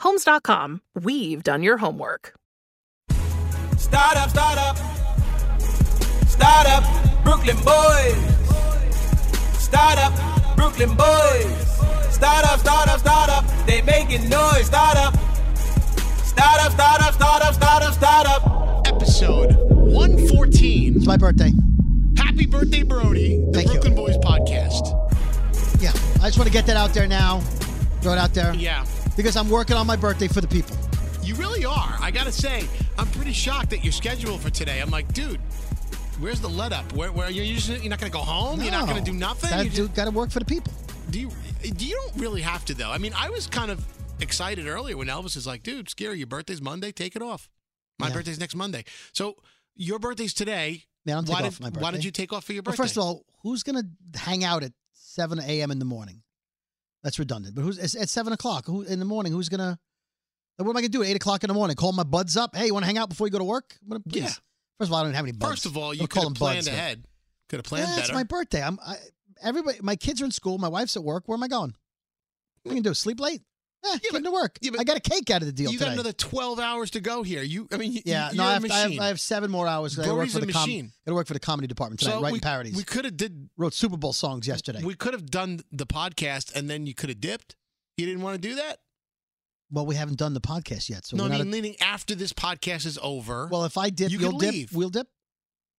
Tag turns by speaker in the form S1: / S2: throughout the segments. S1: Homes.com, we've done your homework.
S2: Start up, start up. Start up, Brooklyn boys. Start up, Brooklyn boys. Start up, start up, start up. They making noise. Start up. Start up, start up, start up, start up, start up.
S3: Episode 114.
S4: It's my birthday.
S3: Happy birthday, Brody. The
S4: Thank you.
S3: Brooklyn Boys podcast.
S4: Yeah, I just want to get that out there now. Throw it out there.
S3: Yeah.
S4: Because I'm working on my birthday for the people.
S3: You really are. I got to say, I'm pretty shocked that you're scheduled for today. I'm like, dude, where's the let up? Where, where you're, just, you're not going to go home? You're not going to do nothing?
S4: Gotta,
S3: You
S4: do,
S3: just-
S4: gotta work for the people.
S3: do you, do you don't really have to, though. I mean, I was kind of excited earlier when Elvis is like, dude, scary. Your birthday's Monday. Take it off. My
S4: Yeah.
S3: birthday's next Monday. So your birthday's today.
S4: Yeah, I don't
S3: why,
S4: take
S3: did,
S4: off my
S3: why did
S4: birthday.
S3: you take off for your birthday?
S4: But first of all, who's gonna hang out at 7 a.m. in the morning? That's redundant. But who's it's at 7 o'clock who, in the morning? Who's gonna? What am I gonna do at 8 o'clock in the morning? Call my buds up. Hey, you want to hang out before you go to work? I'm gonna-
S3: Yeah.
S4: please. First of all, I don't have any buds.
S3: First of all,
S4: I'm
S3: you
S4: gonna
S3: could
S4: call
S3: have
S4: them
S3: planned
S4: buds, though.
S3: ahead. Could have planned
S4: yeah,
S3: better.
S4: It's my birthday. I'm I, everybody. My kids are in school. My wife's at work. Where am I going? What am I gonna do? Sleep late? Eh, yeah,
S3: but-
S4: to work.
S3: yeah, but-
S4: I got a cake out of the deal
S3: you
S4: today.
S3: got another 12 hours to go here. You, I mean, you-
S4: yeah,
S3: you're
S4: no,
S3: a
S4: I have, I, have,
S3: machine.
S4: I have seven more hours. 'cause I work
S3: Brody's
S4: for
S3: a
S4: the com-
S3: machine.
S4: Gotta work for the comedy department tonight,
S3: we,
S4: writing parodies.
S3: We could have did.
S4: Wrote Super Bowl songs yesterday.
S3: We could have done the podcast, and then you could have dipped. You didn't want to do that.
S4: well, we haven't done the podcast yet, so
S3: no,
S4: we're
S3: I
S4: not.
S3: mean, leaning after this podcast is over.
S4: a- well, if I dip,
S3: you
S4: will
S3: could
S4: dip.
S3: leave.
S4: We'll dip.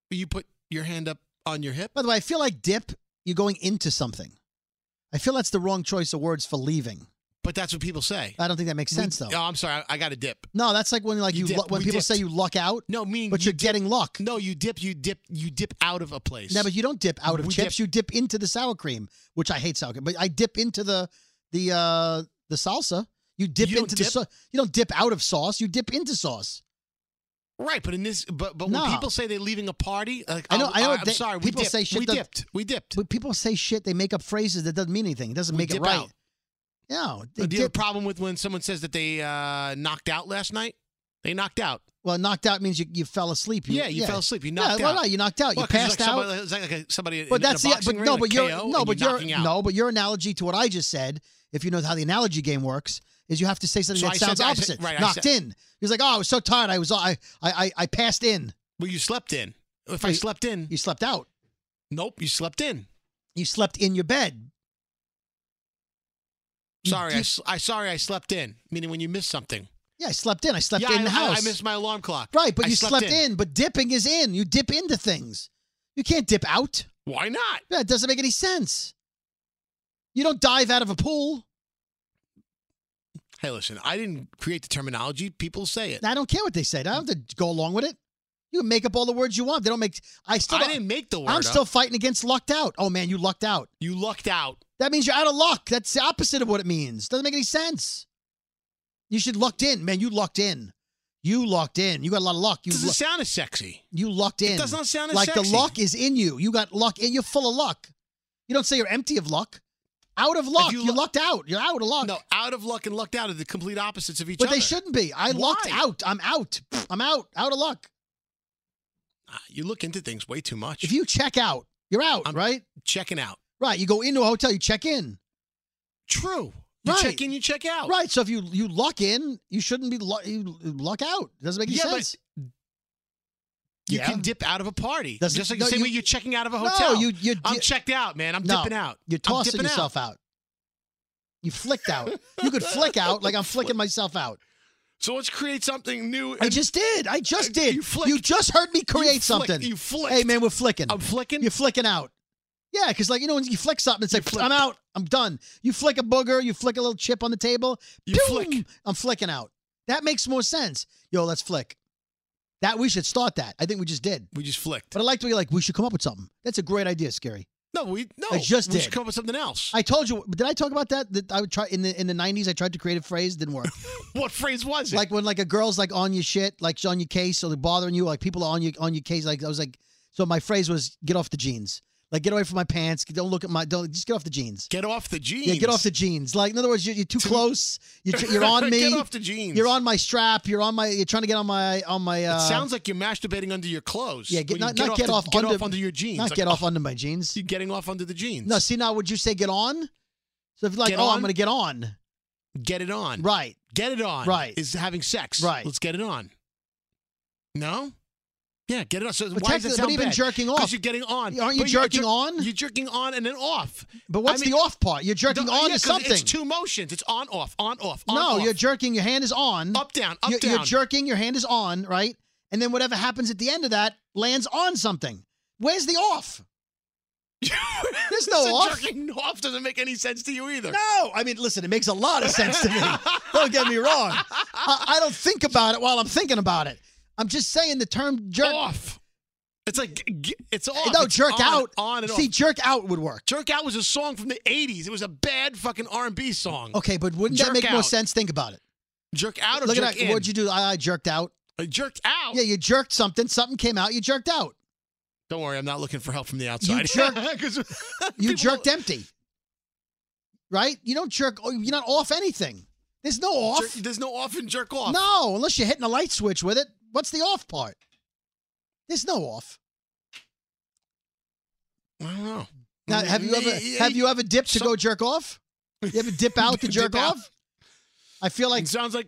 S3: you put your hand up on your hip.
S4: By the way, I feel like dip. You're going into something. I feel that's the wrong choice of words for leaving.
S3: But that's what people say.
S4: I don't think that makes sense
S3: We-
S4: though.
S3: Oh, I'm sorry. I, I got to dip.
S4: no, that's like when like
S3: You
S4: you,
S3: dip.
S4: lu- when
S3: We
S4: people
S3: dipped.
S4: say you luck out,
S3: No, meaning
S4: but
S3: you
S4: you're getting luck.
S3: No, you dip. You dip. You dip out of a place.
S4: No, but you don't dip out of
S3: We
S4: chips. You dip into the sour cream, which I hate sour cream. But I dip into the the uh the salsa. You dip
S3: You don't
S4: into the
S3: dip?
S4: sau- you don't dip out of sauce. You dip into sauce.
S3: right. But in this, but but when
S4: No.
S3: people say they're leaving a party, like,
S4: I know-
S3: oh,
S4: I know
S3: I'm
S4: they-
S3: sorry.
S4: people
S3: we dipped.
S4: say shit
S3: we
S4: that-
S3: dipped. We dipped.
S4: But people say shit. They make up phrases that doesn't mean anything. It doesn't
S3: We
S4: make it
S3: dip
S4: right.
S3: out.
S4: No, they
S3: Do you have a
S4: dip.
S3: problem with when someone says that they uh, knocked out last night? They knocked out.
S4: well, knocked out means you, you fell asleep.
S3: yeah, you fell asleep. You knocked
S4: yeah,
S3: out.
S4: Well, no, you knocked out.
S3: Well,
S4: you
S3: 'cause it's
S4: passed
S3: like
S4: out.
S3: Somebody, it's like, like somebody.
S4: but
S3: in,
S4: that's
S3: in a
S4: the
S3: boxing
S4: but
S3: ring,
S4: no,
S3: like
S4: but
S3: a
S4: you're
S3: KO,
S4: no,
S3: and
S4: but
S3: you're
S4: your
S3: knocking out.
S4: no, but your analogy to what I just said, if you know how the analogy game works, is you have to say something
S3: So
S4: that
S3: I said
S4: sounds
S3: that- I
S4: opposite.
S3: said- right, I
S4: knocked
S3: said-
S4: in. He's like, oh, I was so tired, I was I I I, I passed in.
S3: Well, you slept in. If I
S4: Wait.
S3: slept in,
S4: You slept out.
S3: nope, you slept in.
S4: You slept in your bed. You
S3: Sorry, I,
S4: did-
S3: s- I- sorry, I slept in. Meaning when you miss something.
S4: yeah, I slept in. I slept
S3: yeah,
S4: in
S3: I,
S4: the
S3: I-
S4: house.
S3: I, missed my alarm clock.
S4: right, but
S3: I
S4: you slept, in. But dipping is in. You dip into things. You can't dip out.
S3: Why not?
S4: Yeah, it doesn't make any sense. You don't dive out of a pool.
S3: Hey, listen, I didn't create the terminology. People say it.
S4: I don't care what they say. I don't have to go along with it. You can make up all the words you want. They don't make. I still.
S3: I
S4: don't-
S3: didn't make the word.
S4: I'm
S3: up.
S4: still fighting against lucked out. Oh man, you lucked out.
S3: You lucked out.
S4: That means you're out of luck. That's the opposite of what it means. Doesn't make any sense. You should lucked in, man. You lucked in. You lucked in. You got a lot of luck. You
S3: Doesn't
S4: luck-
S3: sound as sexy.
S4: you lucked in.
S3: does not sound as
S4: like
S3: sexy.
S4: the luck is in you. You got luck in. You're full of luck. You don't say you're empty of luck. Out of luck.
S3: you
S4: You
S3: lu-
S4: are lucked out. You're out of luck.
S3: No, out of luck and lucked out are the complete opposites of each
S4: but
S3: other.
S4: they shouldn't be. I lucked
S3: Why?
S4: out. I'm out. I'm out. Out of luck.
S3: Ah, You look into things way too much.
S4: If you check out, you're out,
S3: I'm-
S4: right?
S3: checking out.
S4: Right. You go into a hotel. You check in.
S3: True. You
S4: Right.
S3: check in, you check out.
S4: Right. So if you you luck in, you shouldn't be lu- you luck out. It doesn't make any
S3: Yeah, but
S4: sense.
S3: You
S4: Yeah.
S3: can dip out of a party.
S4: Doesn't-
S3: Just like
S4: no,
S3: the same
S4: you-
S3: way you're checking out of a
S4: No,
S3: hotel.
S4: you- you
S3: I'm
S4: di-
S3: checked out, man. I'm
S4: No,
S3: dipping out.
S4: You're
S3: I'm
S4: tossing
S3: dipping
S4: yourself
S3: out.
S4: out. You flicked out. you could flick out like I'm flicking myself out.
S3: So let's create something new.
S4: I
S3: and- uh,
S4: just did. I just
S3: You
S4: did.
S3: flicked.
S4: You just heard me create
S3: You flicked.
S4: something.
S3: You flicked.
S4: Hey man, we're flicking.
S3: I'm flicking.
S4: You're flicking out. Yeah, because like you know when you flick something, it's like
S3: flicked.
S4: I'm out. I'm done. You flick a booger. You flick a little chip on the table.
S3: You flick.
S4: I'm flicking out. That makes more sense. Yo, let's flick. That we should start that. I think we just did.
S3: we just flicked.
S4: But I like the way you're like we should come up with something. That's a great idea, Scary.
S3: No, we no.
S4: I just
S3: we should
S4: did.
S3: come up with something else.
S4: I told you. Did I talk about that? That I would try in the in the '90s. I tried to create a phrase, didn't work.
S3: what phrase was it?
S4: like when like a girl's like on your shit, like she's on your case, so they're bothering you, like people are on your on your case. Like I was like, so my phrase was get off the jeans, like get away from my pants, don't look at my, don't just get off the jeans.
S3: get off the jeans.
S4: Yeah, get off the jeans. Like in other words, you're, you're too close. You're, tr- you're on me.
S3: Get off the jeans.
S4: You're on my strap. You're on my. You're trying to get on my on my.
S3: It
S4: Uh,
S3: sounds like you're masturbating under your clothes.
S4: yeah, get,
S3: when
S4: not,
S3: you
S4: not
S3: off
S4: get
S3: the-
S4: off
S3: get
S4: under
S3: off under your jeans.
S4: Not
S3: Like,
S4: get off
S3: oh,
S4: under my jeans.
S3: You're getting off under the jeans.
S4: No, see now, would you say get on? So if you're like,
S3: Get
S4: oh,
S3: on?
S4: I'm gonna get on,
S3: get it on.
S4: right?
S3: Get it on.
S4: Right.
S3: Is having sex.
S4: Right.
S3: Let's get it on. No. Yeah, get it on. So
S4: But
S3: why does it
S4: technically-
S3: sound
S4: but even
S3: bad?
S4: jerking
S3: 'Cause
S4: off-
S3: you're getting on.
S4: Aren't you
S3: But you're
S4: jerking
S3: jer-
S4: on?
S3: You're jerking on and then off.
S4: But what's
S3: mean-
S4: the off part? You're jerking
S3: The-
S4: on
S3: yeah,
S4: to
S3: 'cause
S4: something.
S3: It's two motions. It's on off, on off. On,
S4: no,
S3: off.
S4: you're jerking. Your hand is on.
S3: up down, up
S4: you're,
S3: down.
S4: you're jerking. Your hand is on, right? And then whatever happens at the end of that lands on something. Where's the off? There's no
S3: So
S4: off.
S3: Jerking off doesn't make any sense to you either.
S4: No, I mean, listen, it makes a lot of sense to me. don't get me wrong. I, I don't think about it while I'm thinking about it. I'm just saying the term jerk.
S3: Off. It's like g- g- it's off.
S4: No,
S3: It's
S4: jerk
S3: on,
S4: out.
S3: On and
S4: See,
S3: off.
S4: jerk out would work.
S3: Jerk out was a song from the '80s. It was a bad fucking R&B song.
S4: Okay, but wouldn't
S3: Jerk
S4: that make more
S3: out.
S4: sense? Think about it.
S3: Jerk out or
S4: Look
S3: jerk
S4: at that.
S3: in?
S4: What'd you do? I, I jerked out.
S3: I jerked out.
S4: Yeah, you jerked something. Something came out. You jerked out.
S3: Don't worry, I'm not looking for help from the outside.
S4: jerk-
S3: 'Cause
S4: You
S3: people-
S4: jerked empty. Right? You don't jerk. oh, You're not off anything. There's no off.
S3: Jerk- there's no off and jerk off.
S4: No, unless you're hitting a light switch with it. What's the off part? There's no off.
S3: I don't know.
S4: Now, have you ever have you ever dipped to
S3: so-
S4: go jerk off? You ever dip out to
S3: Dip
S4: jerk
S3: out.
S4: off? I feel like
S3: It sounds like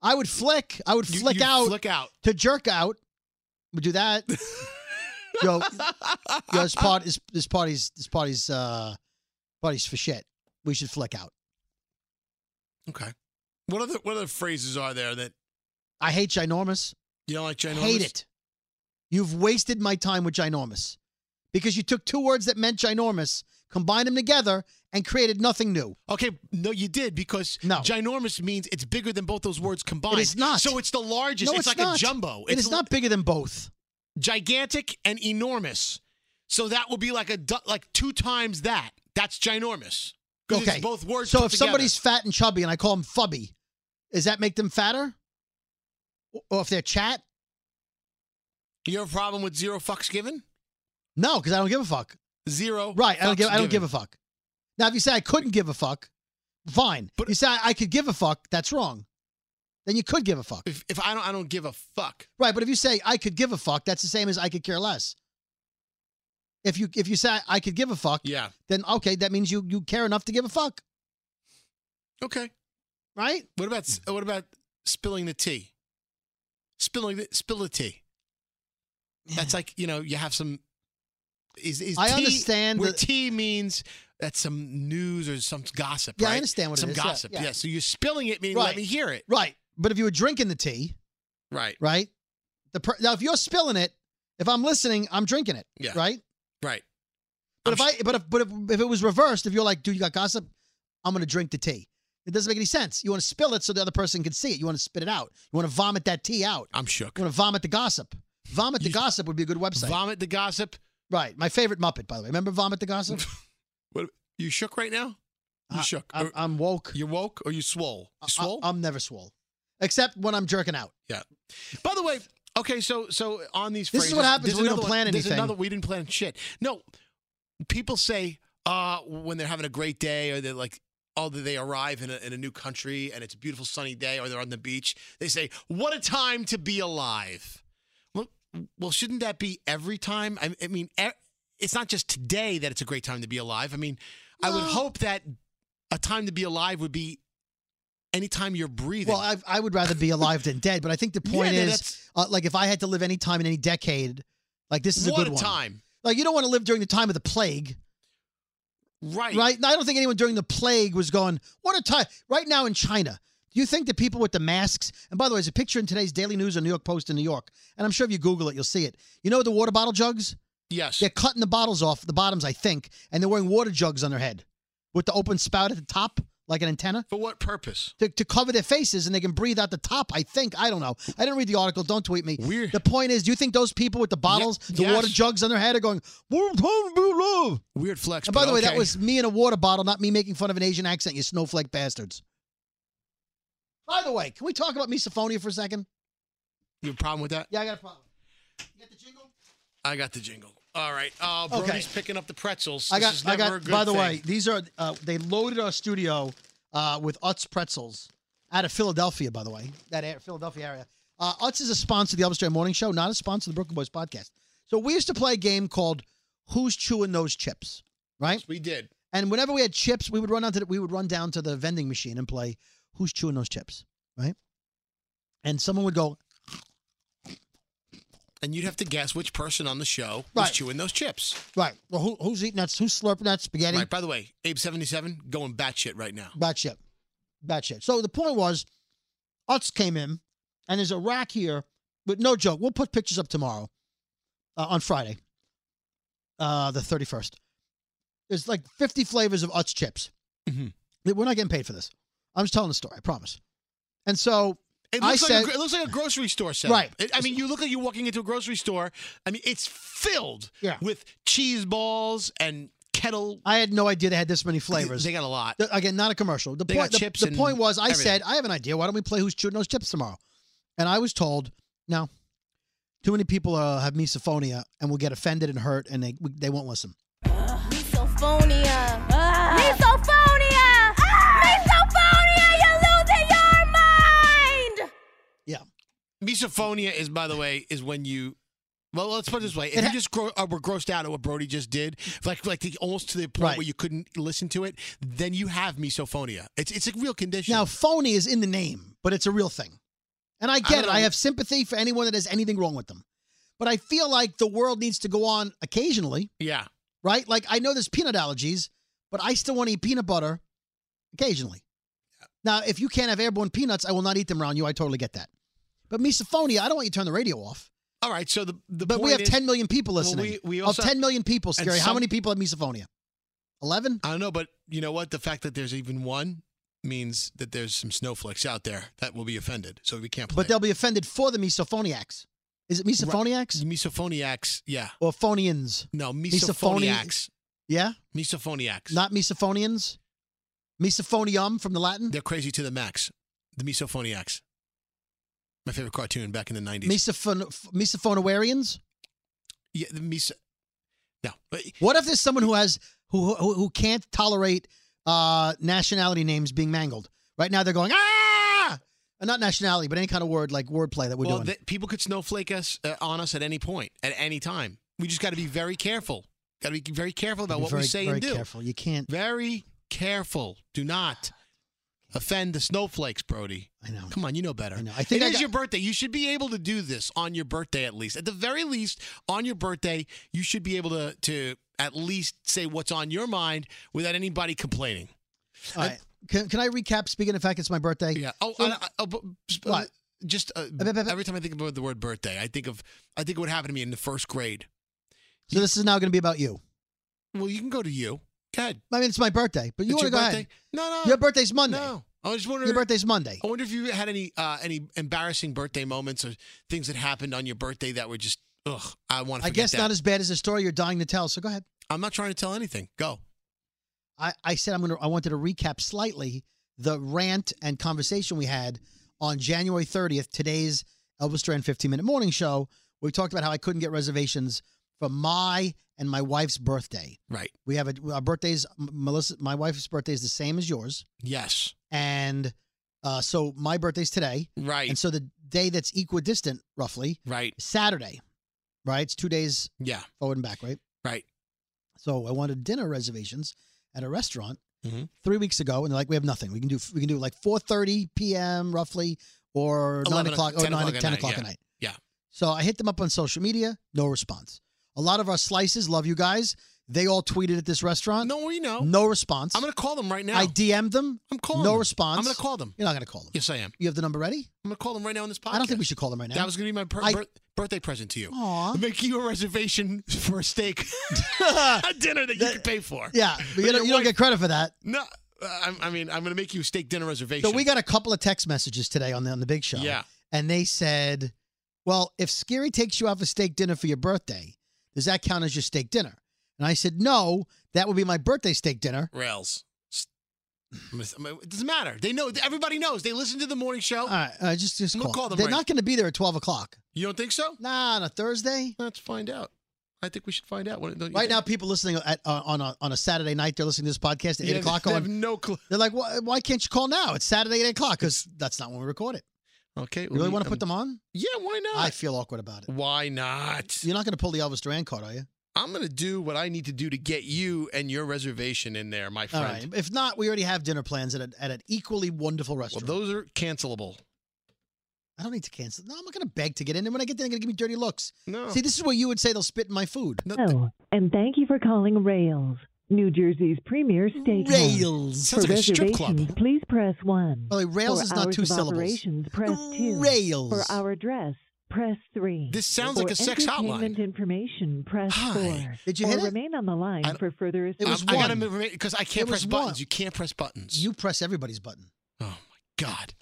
S4: I would flick. I would
S3: you,
S4: flick
S3: you
S4: out
S3: Flick out.
S4: to jerk out. We do that. yo, yo, this part is this party's this party's uh party's for shit. We should flick out.
S3: Okay. What other what other phrases are there that
S4: I hate ginormous.
S3: you don't like? Ginormous?
S4: Hate it. You've wasted my time with ginormous because you took two words that meant ginormous, combined them together, and created nothing new.
S3: Okay, no, you did because
S4: No.
S3: ginormous means it's bigger than both those words combined.
S4: It is not.
S3: So it's the largest.
S4: No,
S3: it's,
S4: it's,
S3: like
S4: not.
S3: a jumbo.
S4: It is
S3: l-
S4: not bigger than both.
S3: gigantic and enormous. So that would be like a du- like two times that. That's ginormous. 'Cause
S4: Okay.
S3: It's both words.
S4: So
S3: put
S4: if
S3: together.
S4: somebody's fat and chubby, and I call them fubby, does that make them fatter? Or if they're chat?
S3: you have a problem with zero fucks given,
S4: No, because I don't give a fuck.
S3: zero.
S4: Right? I don't give.
S3: fucks
S4: I don't give
S3: given.
S4: a fuck. Now, if you say I couldn't give a fuck, fine.
S3: But-
S4: But you say I I could give a fuck. That's wrong. Then you could give a fuck.
S3: If, if I don't, I don't give a fuck.
S4: Right, but if you say I could give a fuck, that's the same as I could care less. If you if you say I could give a fuck,
S3: Yeah.
S4: then okay, that means you you care enough to give a fuck,
S3: Okay.
S4: right?
S3: What about s- what about spilling the tea? Spilling the, spill the tea. That's like you know you have some. Is, is
S4: I
S3: tea,
S4: understand
S3: where
S4: the-
S3: tea means that's some news or some gossip.
S4: Yeah, I
S3: right?
S4: understand what it
S3: some
S4: is, yeah,
S3: gossip.
S4: yeah.
S3: So you're spilling it, meaning let
S4: Right.
S3: me hear it.
S4: Right. But if you were drinking the tea,
S3: Right.
S4: right? The per- now if you're spilling it, if I'm listening, I'm drinking it,
S3: Yeah.
S4: right?
S3: Right.
S4: But
S3: I'm
S4: if I but if but if, if it was reversed, if you're like, dude, you got gossip, I'm gonna drink the tea. It doesn't make any sense. You want to spill it so the other person can see it. You want to spit it out. You want to vomit that tea out.
S3: I'm shook.
S4: You want to vomit the gossip. Vomit the
S3: You-
S4: gossip would be a good website.
S3: Vomit the gossip.
S4: right. My favorite Muppet, by the way. Remember Vomit the Gossip?
S3: What you shook right now? You
S4: I-
S3: shook.
S4: I'm,
S3: Or-
S4: I'm woke.
S3: you woke or you swole? You swole?
S4: I, am never swole. Except when I'm jerking out.
S3: yeah. By the way, okay, so so on these
S4: This is
S3: phrases,
S4: what happens
S3: there's
S4: when we don't
S3: another one-
S4: plan
S3: There's
S4: anything.
S3: another we didn't plan shit. No, people say uh when they're having a great day or they're like. Oh, that they arrive in a, in a new country and it's a beautiful sunny day, or they're on the beach. They say, "What a time to be alive!" Well, well, shouldn't that be every time? I, I mean, e- it's not just today that it's a great time to be alive. I mean, I would
S4: No.
S3: hope that a time to be alive would be anytime you're breathing.
S4: Well, I, I would rather be alive than dead. But I think the point
S3: Yeah,
S4: is,
S3: that's-
S4: uh, like, if I had to live any time in any decade, like, this is
S3: what
S4: a good
S3: a
S4: one.
S3: time.
S4: Like, you don't want to live during the time of the plague.
S3: Right.
S4: right? I don't think anyone during the plague was going, what a time. Right now in China, do you think the people with the masks, and by the way, there's a picture in today's Daily News or New York Post in New York, and I'm sure if you Google it, you'll see it. You know the water bottle jugs?
S3: Yes.
S4: They're cutting the bottles off, the bottoms, I think, and they're wearing water jugs on their head with the open spout at the top, like an antenna.
S3: For what purpose?
S4: To, to cover their faces and they can breathe out the top, I think. I don't know. I didn't read the article. Don't tweet me.
S3: Weird.
S4: The point is, do you think those people with the bottles, the
S3: yes.
S4: water jugs on their head are going, what a time to be alive?
S3: Weird flex.
S4: And by
S3: but
S4: the way, that
S3: okay.
S4: was me in a water bottle, not me making fun of an Asian accent, you snowflake bastards. By the way, can we talk about misophonia for a second?
S3: you have a problem with that?
S4: Yeah, I got a problem. You got the jingle?
S3: I got the jingle. All right. Uh Brody's
S4: Okay.
S3: picking up the pretzels.
S4: I
S3: This
S4: got,
S3: is
S4: I
S3: never a
S4: got,
S3: good
S4: by the
S3: thing.
S4: way, these are, uh, they loaded our studio uh, with Utz pretzels out of Philadelphia, by the way, that air, Philadelphia area. Uh, Utz is a sponsor of the Elvis Duran Morning Show, not a sponsor of the Brooklyn Boys podcast. So we used to play a game called Who's Chewing Those Chips, right?
S3: we did.
S4: And whenever we had chips, we would run out to the, we would run down to the vending machine and play who's chewing those chips, right? And someone would go,
S3: And you'd have to guess which person on the show was
S4: Right.
S3: chewing those chips.
S4: right, well, who, who's eating that? Who's slurping that spaghetti?
S3: Right. By the way, Abe seventy seven going batshit right now.
S4: Batshit, batshit. So the point was, Utz came in, and there's a rack here, but no joke. We'll put pictures up tomorrow, uh, on Friday, uh, the thirty first. There's like fifty flavors of Utz chips.
S3: Mhm.
S4: We're not getting paid for this. I'm just telling the story. I promise. And so
S3: It
S4: I
S3: looks, like
S4: said-
S3: a, gro- it looks like a grocery store setup.
S4: Right.
S3: It- I mean, you look like you're walking into a grocery store. I mean, it's filled
S4: Yeah.
S3: with cheese balls and kettle.
S4: I had no idea they had this many flavors.
S3: They got a lot.
S4: The- Again, not a commercial. The
S3: They
S4: point,
S3: got
S4: the,
S3: chips
S4: the
S3: and
S4: point was, I
S3: everything.
S4: said, I have an idea. Why don't we play Who's Chewing Those Chips tomorrow? And I was told, no, too many people uh, have misophonia and will get offended and hurt, and they they won't listen.
S5: Misophonia.
S4: Ah.
S5: Misophonia. Misophonia. You're losing your mind.
S4: Yeah,
S3: Misophonia is, by the way, is when you. Well, let's put it this way: if
S4: It ha-
S3: you just gro- uh, were grossed out at what Brody just did, like like the, almost to the point
S4: Right.
S3: where you couldn't listen to it, then you have misophonia. It's it's a real condition.
S4: Now, phony is in the name, but it's a real thing, and I get
S3: don't
S4: it.
S3: know.
S4: I have sympathy for anyone that has anything wrong with them, but I feel like the world needs to go on occasionally,
S3: yeah,
S4: right? Like I know there's peanut allergies, but I still want to eat peanut butter occasionally. Now, if you can't have airborne peanuts, I will not eat them around you. I totally get that. But misophonia, I don't want you to turn the radio off.
S3: all right. So the the
S4: But we
S3: point
S4: have
S3: is-
S4: 10 million people
S3: Well,
S4: listening.
S3: we- we also-
S4: of 10 million people, Scary, how
S3: some-
S4: many people have misophonia? 11?
S3: I don't know, but you know what? The fact that there's even one means that there's some snowflakes out there that will be offended, so we can't play.
S4: But they'll be offended for the misophoniacs. Is it misophoniacs
S3: misophoniacs, yeah,
S4: or phonians?
S3: no,
S4: Misophony-
S3: misophoniacs,
S4: Yeah?
S3: misophoniacs.
S4: Not misophonians? Misophonium from the Latin?
S3: They're crazy to the max. The Misophoniacs. My favorite cartoon back in the 90s.
S4: Misophon- misophonoarians?
S3: yeah, the Mis- no. But
S4: What if there's someone who has who who, who can't tolerate uh, nationality names being mangled? Right now they're going ah, Uh, not nationality, but any kind of word like wordplay that we're
S3: well,
S4: doing.
S3: th- people could snowflake us uh, on us at any point, at any time. We just got to be very careful. Got to be very careful about
S4: Be
S3: what
S4: very,
S3: we say
S4: very
S3: and do.
S4: Careful, you can't.
S3: Very careful. Do not offend the snowflakes, Brody.
S4: I know.
S3: Come on, you know better.
S4: I know. I think
S3: It
S4: I
S3: is
S4: got-
S3: your birthday. You should be able to do this on your birthday at least. At the very least, on your birthday, you should be able to to at least say what's on your mind without anybody complaining.
S4: All right. Can, can I recap? Speaking of fact, it's my birthday.
S3: Yeah. Oh,
S4: So-
S3: and I- oh, but- sp-
S4: What?
S3: just uh,
S4: bit, bit, bit.
S3: every time I think about the word birthday, I think of I think of what happened to me in the first grade.
S4: so this is now going to be about you.
S3: Well, you can go to you. Go ahead.
S4: I mean, it's my birthday, but you want
S3: It's your
S4: to go
S3: birthday?
S4: ahead.
S3: No, no.
S4: Your birthday's Monday.
S3: No. I was just wondering.
S4: Your birthday's Monday.
S3: I wonder if you had any uh, any embarrassing birthday moments or things that happened on your birthday that were just ugh. I want to.
S4: I guess not as bad as the story you're dying to tell. So go ahead.
S3: I'm not trying to tell anything. Go.
S4: I, I said I'm gonna I wanted to recap slightly the rant and conversation we had on January 30th, today's Elvis Duran 15 minute morning show. We talked about how I couldn't get reservations for my and my wife's birthday.
S3: Right.
S4: We have a, our birthdays. M- Melissa, my wife's birthday is the same as yours,
S3: Yes.
S4: and uh, so my birthday's today,
S3: Right.
S4: and so the day that's equidistant, roughly,
S3: right.
S4: is Saturday, right? It's two days
S3: Yeah.
S4: forward and back, right?
S3: Right.
S4: So I wanted dinner reservations at a restaurant
S3: Mhm.
S4: three weeks ago, and they're like, "We have nothing. We can do we can do like four thirty p.m. roughly, or nine
S3: 11
S4: o'clock, or
S3: 10
S4: nine
S3: o'clock at
S4: ten
S3: night,
S4: o'clock
S3: yeah.
S4: at night."
S3: Yeah.
S4: So I hit them up on social media. No response. A lot of our slices, love you guys. They all tweeted at this restaurant.
S3: No, you know.
S4: no response.
S3: I'm gonna call them right now.
S4: I DM'd them.
S3: I'm calling.
S4: No
S3: them.
S4: response.
S3: I'm gonna call them.
S4: You're not gonna call them.
S3: Yes, I am.
S4: You have the number ready?
S3: I'm gonna call them right now on this podcast.
S4: I don't think we should call them right now.
S3: That was gonna be my per-
S4: I-
S3: bir- birthday present to you.
S4: Aw.
S3: Make you a reservation for a steak, a dinner that, you can pay for.
S4: yeah, but
S3: But
S4: you, don't,
S3: your
S4: you don't
S3: wife-
S4: get credit for that.
S3: No, uh, I'm- I mean I'm gonna make you a steak dinner reservation.
S4: So we got a couple of text messages today on the on the big show.
S3: Yeah.
S4: and they said, "Well, if Scary takes you out for steak dinner for your birthday, does that count as your steak dinner?" And I said, "No, that would be my birthday steak dinner."
S3: rails. S- I'm gonna- I'm gonna- It doesn't matter. They know. Everybody knows. They listen to the morning show.
S4: All right, uh, just just
S3: I'm
S4: call.
S3: gonna call them
S4: They're
S3: right-
S4: not going to be there at twelve o'clock.
S3: you don't think so?
S4: Nah, on a Thursday.
S3: Let's find out. I think we should find out. What, don't you
S4: Right now,
S3: think?
S4: people listening at, uh, on a on a Saturday night, they're listening to this podcast at eight
S3: Yeah,
S4: o'clock.
S3: They have
S4: On
S3: no clue.
S4: they're like, why, why can't you call now? It's Saturday at eight o'clock because that's not when we record it.
S3: Okay. um,
S4: You really want to put them on?
S3: Yeah. Why not?
S4: I feel awkward about it.
S3: why not?
S4: You're not going to pull the Elvis Duran card, are you?
S3: I'm gonna do what I need to do to get you and your reservation in there, my
S4: All
S3: friend.
S4: right. If not, we already have dinner plans at, a, at an equally wonderful
S3: Well,
S4: restaurant.
S3: those are cancelable.
S4: I don't need to cancel. No, I'm not going to beg to get in. And when I get there, they're going to give me dirty looks.
S3: No.
S4: See, this is where you would say they'll spit in my food.
S3: No, th-
S6: Hello, Oh, and thank you for calling Rails, New Jersey's premier steakhouse.
S4: Rails.
S6: For
S3: Sounds like a strip
S6: reservations,
S3: club.
S6: please press one.
S4: By the way, Rails
S6: for
S4: is not
S6: hours
S4: two
S6: of
S4: syllables.
S6: Operations, press two.
S4: Rails.
S6: For our address, press three.
S3: This sounds
S6: for
S3: like a sex
S6: entertainment
S3: hotline.
S6: information, press
S3: Hi.
S6: four.
S4: Did you
S6: or
S4: hit it?
S6: remain on the line
S3: I-
S6: for further
S4: It was
S6: assistance.
S3: I, I gotta
S4: one.
S3: move because I can't
S4: It was
S3: press buttons.
S4: one.
S3: You can't press buttons.
S4: You press everybody's button.
S3: Oh my god.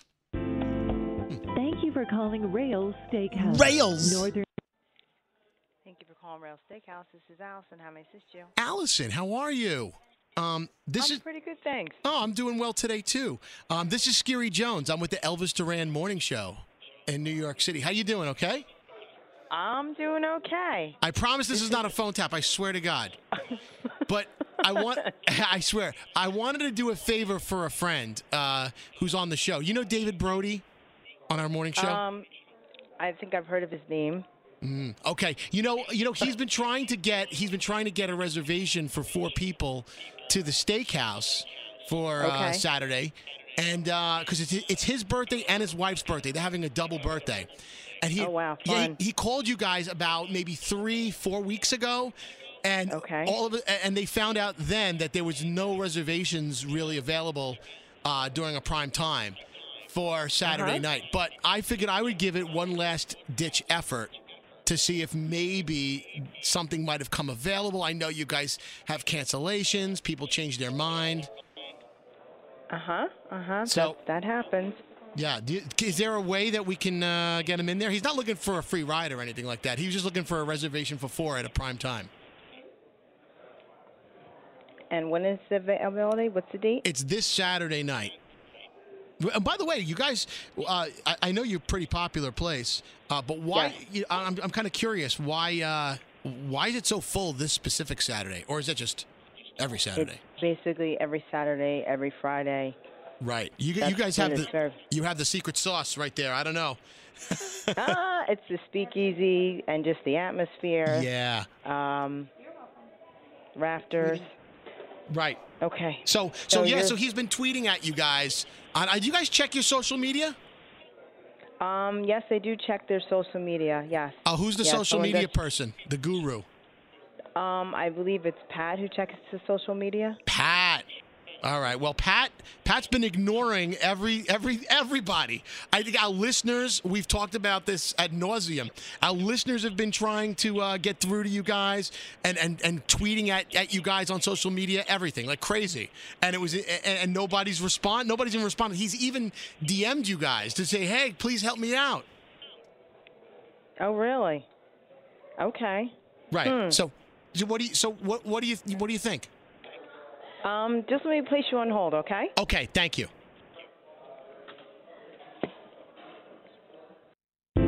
S6: Thank you for calling Rails Steakhouse.
S4: Rails.
S6: Northern.
S7: Thank you for calling Rail Steakhouse. This is Allison. How may I assist you?
S3: Allison, how are you? Um, this
S7: I'm
S3: is.
S7: pretty good, thanks.
S3: Oh, I'm doing well today too. Um, this is Scary Jones. I'm with the Elvis Duran Morning Show in New York City. How you doing? Okay.
S7: I'm doing okay.
S3: I promise this is not a phone tap. I swear to God. But I want. I swear. I wanted to do a favor for a friend uh, who's on the show. You know David Brody on our morning show.
S7: Um, I think I've heard of his name.
S3: Mm, Okay, you know, you know, he's been trying to get he's been trying to get a reservation for four people to the steakhouse for uh,
S7: Okay.
S3: Saturday, and because it's it's his birthday and his wife's birthday, they're having a double birthday. And he,
S7: Oh, wow,
S3: yeah,
S7: fun.
S3: he, he called you guys about maybe three, four weeks ago, and
S7: Okay.
S3: all of it, and they found out then that there was no reservations really available uh, during a prime time for Saturday
S7: Uh-huh.
S3: night. But I figured I would give it one last ditch effort to see if maybe something might have come available. I know you guys have cancellations, people change their mind.
S7: Uh huh. Uh huh.
S3: So-
S7: that, that happens.
S3: Yeah, do you, is there a way that we can uh, get him in there? He's not looking for a free ride or anything like that. He was just looking for a reservation for four at a prime time.
S7: And when is the availability? What's the date?
S3: It's this Saturday night. And by the way, you guys, uh, I, I know you're a pretty popular place, uh, but why?
S7: Yes.
S3: You, I- I'm, I'm kind of curious why uh, why is it so full this specific Saturday, or is it just every
S7: It's
S3: Saturday?
S7: basically every Saturday, every Friday.
S3: right. You, you
S7: That's
S3: guys
S7: when
S3: have the
S7: it's served.
S3: you have the secret sauce right there. I don't know.
S7: ah, it's the speakeasy and just the atmosphere.
S3: Yeah.
S7: Um, rafters.
S3: Right.
S7: Okay.
S3: So so
S7: So
S3: yeah.
S7: you're-
S3: So he's been tweeting at you guys. Uh, uh, do you guys check your social media?
S7: Um, yes, they do check their social media. Yes.
S3: Uh, who's the
S7: Yeah,
S3: social
S7: someone
S3: media
S7: does-
S3: person? The guru,
S7: Um, I believe it's Pat who checks the social media.
S3: Pat. All right. Well, Pat, Pat's been ignoring every every everybody. I think our listeners. We've talked about this ad nauseum. Our listeners have been trying to uh, get through to you guys and and and tweeting at, at you guys on social media, everything like crazy. And it was and, and nobody's respond. Nobody's even responded. He's even DM'd you guys to say, "Hey, please help me out."
S7: Oh, really? Okay.
S3: Right.
S7: Hmm.
S3: So, so what do you? So what what do you what do you think?
S7: Um, just let me place you on hold, okay?
S3: Okay. Thank you. Oh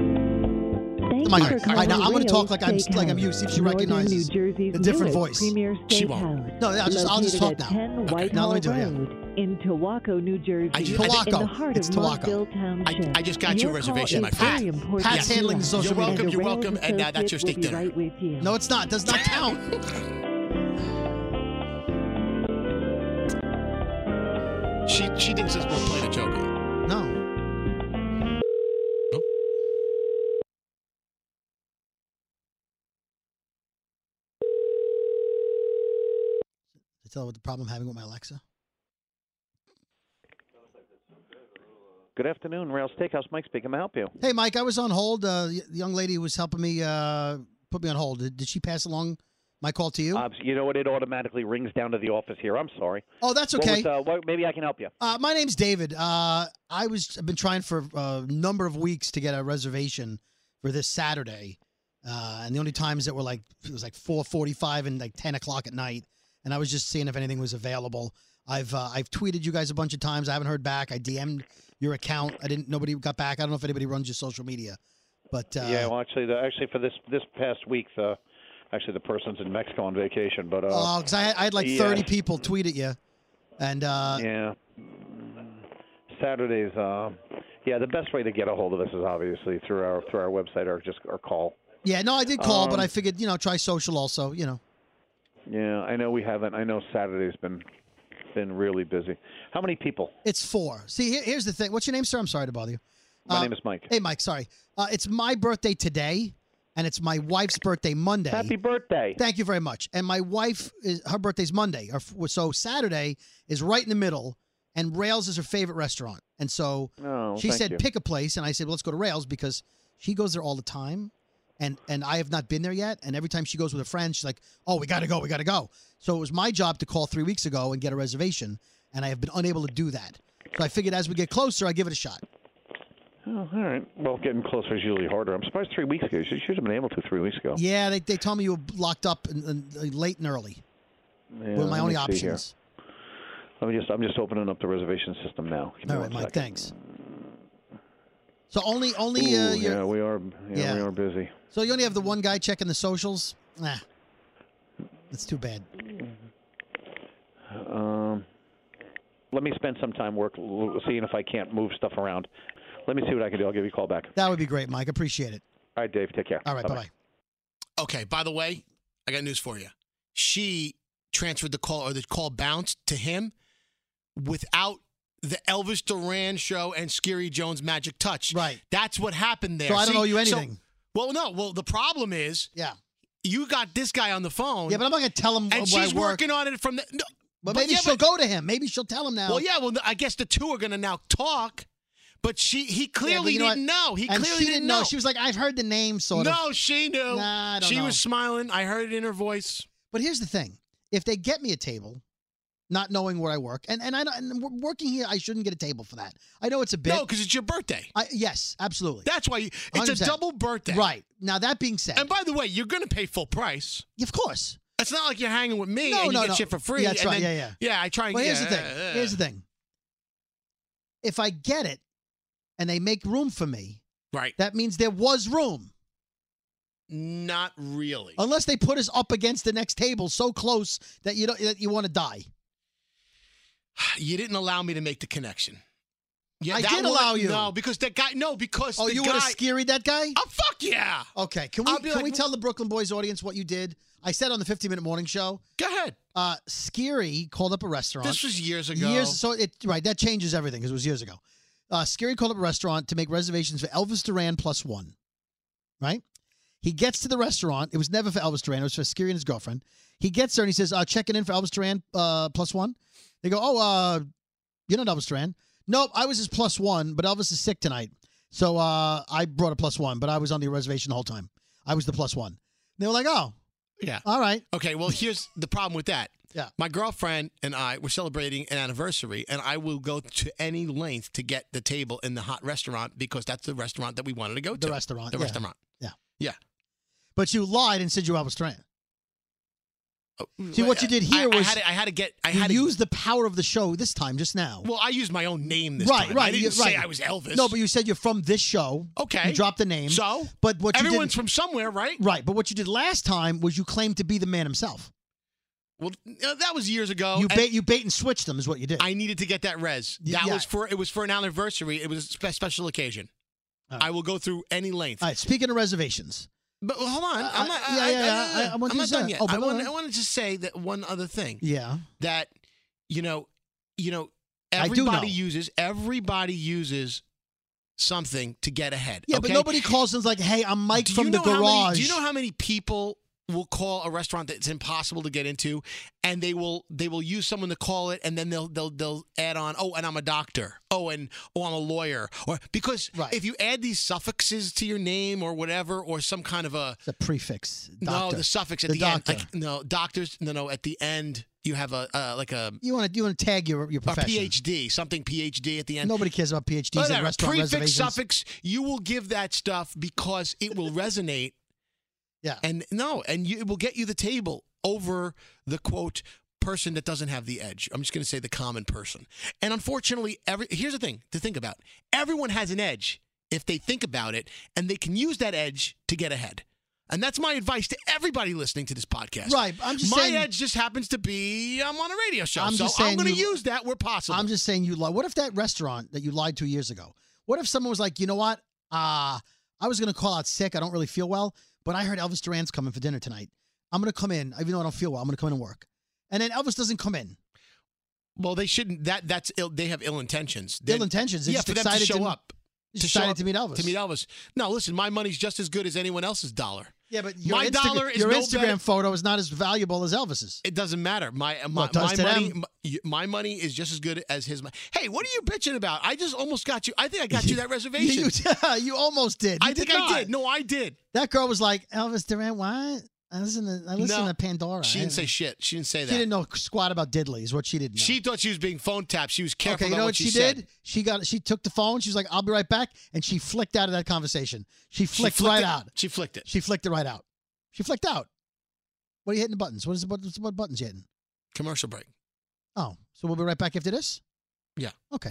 S6: Thank
S4: Come on,
S6: you for
S4: all right,
S6: calling
S4: now I'm gonna
S6: Rails
S4: talk like I'm- like I'm you, see if she
S6: Steakhouse,
S4: recognizes
S6: Northern New Jersey's
S4: the different
S6: newest
S4: voice.
S6: Premier
S3: She
S6: steakhouse,
S3: won't.
S4: No, I'll just- I'll just
S6: located
S4: talk
S6: at
S4: now.
S6: 10
S4: Okay. Now
S6: Whitehall
S4: let me do it, yeah.
S6: Road in Tawako, New Jersey.
S3: I just-
S4: I-
S6: in the
S4: Tawako.
S6: heart
S4: It's
S6: of
S4: Tawako.
S6: Rockville Township.
S3: I just got you a
S6: Your call
S3: reservation,
S6: is
S3: my friend.
S6: very
S3: Pat-
S6: important
S4: Pat's
S6: to
S4: handling the
S6: us.
S4: social
S3: You're
S4: media.
S3: welcome.
S6: And a
S3: You're
S6: Rails
S3: welcome. And uh, that's your steak
S6: associate will be
S3: dinner.
S6: Right with you.
S4: No, it's not. Does not count.
S3: She she thinks this we're playing a joke.
S4: No. I tell her what the problem I'm having with my Alexa.
S8: Good afternoon, Rail Steakhouse. Mike speaking. May I help you?
S4: Hey, Mike, I was on hold. Uh, the the young lady who was helping me uh, put me on hold. Did, did she pass along my call to you?
S8: Uh, you know what? It automatically rings down to the office here. I'm sorry.
S4: oh, that's
S8: What
S4: okay.
S8: was, uh, what, maybe I can help you.
S4: Uh, my name's David. Uh, I was I've been trying for a number of weeks to get a reservation for this Saturday, uh, and the only times that were like it was like four forty-five and like ten o'clock at night, and I was just seeing if anything was available. I've uh, I've tweeted you guys a bunch of times. I haven't heard back. I DM'd your account. I didn't. Nobody got back. I don't know if anybody runs your social media, but uh,
S8: yeah. Well, actually, the, actually for this this past week, the actually the person's in Mexico on vacation, but uh,
S4: oh, 'cause I, had- I had like
S8: yeah.
S4: thirty people tweet at you, and uh,
S8: yeah, Saturdays. Uh, yeah, the best way to get a hold of us is obviously through our through our website or just or call.
S4: yeah, no, I did call, but
S8: Um,
S4: I figured you know try social also. You know.
S8: Yeah, I know we haven't. I know Saturday's been been really busy. How many people?
S4: It's four. See, here, here's the thing. What's your name, sir? I'm sorry to bother you.
S8: My
S4: Uh,
S8: name is Mike.
S4: Hey, Mike. Sorry. Uh, it's my birthday today, and it's my wife's birthday Monday.
S8: Happy birthday.
S4: Thank you very much. And my wife is her birthday's Monday, or f- so Saturday is right in the middle. And Rails is her favorite restaurant, and so
S8: Oh,
S4: she
S8: thank
S4: said
S8: you.
S4: pick a place, and I said well, let's go to Rails because she goes there all the time, and and I have not been there yet. And every time she goes with a friend, she's like, oh, we gotta go, we gotta go. So it was my job to call three weeks ago and get a reservation, and I have been unable to do that. So I figured as we get closer, I give it a shot.
S8: Oh, all right. Well, getting closer is usually harder. I'm surprised three weeks ago. You should have been able to three weeks ago.
S4: Yeah, they, they told me you were locked up in, in, late and early.
S8: Yeah,
S4: were my
S8: let
S4: only
S8: me see here.
S4: options.
S8: I'm just I'm just opening up the reservation system now. Give me
S4: All right,
S8: one
S4: Mike.
S8: second.
S4: Thanks. So only only
S8: Ooh,
S4: uh,
S8: yeah,
S4: you're,
S8: we are. Yeah,
S4: Yeah.
S8: we are busy.
S4: so you only have the one guy checking the socials. Nah, that's too bad.
S8: Um, let me spend some time work l- seeing if I can't move stuff around. Let me see what I can do. I'll give you a call back.
S4: That would be great, Mike. Appreciate it.
S8: All right, Dave. Take care.
S4: All right, bye bye.
S3: Okay. By the way, I got news for you. She transferred the call or the call bounced to him without the Elvis Duran show and Scary Jones magic touch.
S4: Right.
S3: That's what happened there.
S4: So I don't
S3: See,
S4: owe you
S3: so-
S4: anything.
S3: well, no. Well, the problem is
S4: Yeah,
S3: you got this guy on the phone.
S4: yeah, but I'm not gonna tell him
S3: and
S4: where I
S3: she's
S4: work.
S3: working on it from the. No,
S4: but maybe
S3: yeah,
S4: she'll go to him. Maybe she'll tell him now.
S3: Well, yeah. Well, I guess the two are going to now talk. But she, he
S4: Yeah, but
S3: clearly
S4: you know what?
S3: didn't know. He
S4: and
S3: clearly
S4: she didn't know. She was like, I've heard the name, sort of.
S3: no, she knew.
S4: Nah, I don't
S3: she
S4: know.
S3: was smiling. I heard it in her voice.
S4: But here's the thing: if they get me a table, not knowing where I work, and and I don't- and w- working here, I shouldn't get a table for that. I know it's a bit.
S3: No, because it's your birthday.
S4: I, yes, absolutely.
S3: That's why you, it's a
S4: 100%.
S3: double birthday.
S4: Right now, that being said,
S3: And by the way, you're going to pay full price.
S4: of course.
S3: It's not like you're hanging with me
S4: No,
S3: and you
S4: no,
S3: get
S4: no.
S3: shit for free.
S4: Yeah, that's
S3: and
S4: right.
S3: then-
S4: Yeah, yeah.
S3: Yeah, I try and
S4: Well, here's
S3: yeah,
S4: the thing.
S3: uh, uh,
S4: Here's the thing. If I get it, and they make room for me,
S3: Right.
S4: that means there was room,
S3: Not really.
S4: unless they put us up against the next table so close that you don't that you want to die.
S3: You didn't allow me to make the connection. Yeah,
S4: I
S3: that
S4: did
S3: one-
S4: allow you.
S3: No, because that guy. No, because
S4: Oh,
S3: the
S4: you
S3: guy.
S4: would have scaried that guy.
S3: Oh, fuck yeah.
S4: Okay, can we
S3: I'll be
S4: can
S3: like-
S4: we tell the Brooklyn Boys audience what you did? I said on the 15 minute morning show,
S3: Go ahead.
S4: uh, Scary called up a restaurant.
S3: This was years ago.
S4: Years, so it right that changes everything because it was years ago. Uh, Scary called up a restaurant to make reservations for Elvis Duran plus one. Right, he gets to the restaurant. It was never for Elvis Duran. It was for Scary and his girlfriend. He gets there and he says, uh, "Checking in for Elvis Duran uh, plus one." They go, oh, uh, you're not Elvis Duran. Nope, I was his plus one, but Elvis is sick tonight. So uh, I brought a plus one, but I was on the reservation the whole time. I was the plus one. And they were like, oh,
S3: Yeah.
S4: all right.
S3: Okay, well, here's the problem with that.
S4: Yeah.
S3: My girlfriend and I were celebrating an anniversary, and I will go to any length to get the table in the hot restaurant because that's the restaurant that we wanted to go to.
S4: The restaurant.
S3: The
S4: yeah.
S3: restaurant.
S4: Yeah.
S3: Yeah.
S4: But you lied and said you were Elvis Duran. See, what you did
S3: Oh, I-
S4: here
S3: I,
S4: was-
S3: had to, I had to get. I
S4: you
S3: had to
S4: used the power of the show this time, just now.
S3: Well, I used my own name this
S4: right,
S3: time.
S4: right.
S3: I didn't
S4: you-
S3: say
S4: right.
S3: I was Elvis.
S4: No, but you said you're from this show.
S3: Okay.
S4: You dropped the name.
S3: So?
S4: But what you
S3: everyone's
S4: did,
S3: from somewhere, right?
S4: Right, but what you did last time was you claimed to be the man himself.
S3: Well, uh, that was years ago.
S4: you
S3: and
S4: bait, you bait and switch them is what you did.
S3: I needed to get that res.
S4: Y-
S3: That
S4: yeah.
S3: was for it was for an anniversary. It was a spe- special occasion. I will go through any length.
S4: All right. Speaking of reservations,
S3: But well, hold on,
S4: yeah,
S3: I'm not. I,
S4: yeah, yeah,
S3: I,
S4: Uh, I- I want
S3: am
S4: you
S3: not
S4: to say
S3: done
S4: that.
S3: yet.
S4: Oh,
S3: I
S4: but
S3: want.
S4: what-
S3: I wanted to say that one other thing.
S4: yeah.
S3: That you know, you know,
S4: I do know.
S3: everybody uses everybody uses something to get ahead.
S4: Yeah,
S3: okay?
S4: but nobody calls and is like, "Hey, I'm Mike
S3: Do
S4: from
S3: you
S4: the
S3: know how many-
S4: garage."
S3: do you know how many people will call a restaurant that's impossible to get into, and they will they will use someone to call it, and then they'll they'll they'll add on, oh, and I'm a doctor, oh, and oh, I'm a lawyer, or because
S4: Right.
S3: if you add these suffixes to your name or whatever, or some kind of a
S4: the prefix?
S3: no,
S4: doctor.
S3: the suffix at
S4: The
S3: the, end,
S4: doctor.
S3: like, no, doctors, no, no, at the end you have a uh, like a,
S4: you want to you want to tag your your
S3: a
S4: profession?
S3: PhD, something PhD at the end.
S4: Nobody cares about PhDs at
S3: Whatever.
S4: restaurant
S3: Prefix,
S4: reservations.
S3: suffix, you will give that stuff because it will resonate.
S4: Yeah.
S3: And no, and you, it will get you the table over the quote person that doesn't have the edge. I'm just going to say the common person. And unfortunately, every here's the thing to think about. Everyone has an edge if they think about it and they can use that edge to get ahead. And that's my advice to everybody listening to this podcast.
S4: Right, I'm just
S3: my
S4: saying-
S3: edge just happens to be I'm on a radio show,
S4: I'm
S3: so
S4: just
S3: I'm
S4: saying
S3: going to
S4: you-
S3: use that where possible.
S4: I'm just saying you lied. What if that restaurant that you lied to years ago? What if someone was like, you know what? Uh, I was gonna call out sick. I don't really feel well, but I heard Elvis Duran's coming for dinner tonight. I'm gonna come in, even though I don't feel well. I'm gonna come in and work. And then Elvis doesn't come in.
S3: Well, they shouldn't. That that's ill. They have ill intentions.
S4: Ill
S3: Then-
S4: intentions. They're
S3: yeah,
S4: just
S3: for them to
S4: excited
S3: show
S4: to-
S3: up.
S4: just
S3: show
S4: excited
S3: up
S4: to meet Elvis.
S3: To meet Elvis. No, listen. My money's just as good as anyone else's dollar.
S4: Yeah, but your
S3: My
S4: Instagram,
S3: dollar is
S4: your
S3: no
S4: Instagram
S3: better-
S4: photo is not as valuable as Elvis's.
S3: It doesn't matter. My
S4: Well,
S3: my,
S4: it does
S3: my
S4: to
S3: money
S4: them.
S3: my, my money is just as good as his. money. Hey, what are you bitching about? I just almost got you. I think I got you that reservation.
S4: You, you almost did. You
S3: I
S4: did
S3: think
S4: not.
S3: I did. No, I did.
S4: That girl was like Elvis Duran. What? I listen to I listen
S3: No.
S4: to Pandora.
S3: She didn't
S4: I-
S3: say shit. She didn't say
S4: she
S3: that.
S4: didn't know squat about diddly. Is what she didn't know.
S3: She thought she was being phone tapped. She was
S4: Okay,
S3: careful
S4: you
S3: about
S4: know
S3: what
S4: what she,
S3: said.
S4: did? She got she took the phone. She was like, "I'll be right back," and she flicked out of that conversation. She
S3: She
S4: flicked, right
S3: it.
S4: out.
S3: She flicked it.
S4: She flicked it right out. She flicked out. What are you hitting the buttons? What is the buttons? What buttons you hitting?
S3: Commercial break.
S4: Oh, so we'll be right back after this.
S3: Yeah.
S4: Okay.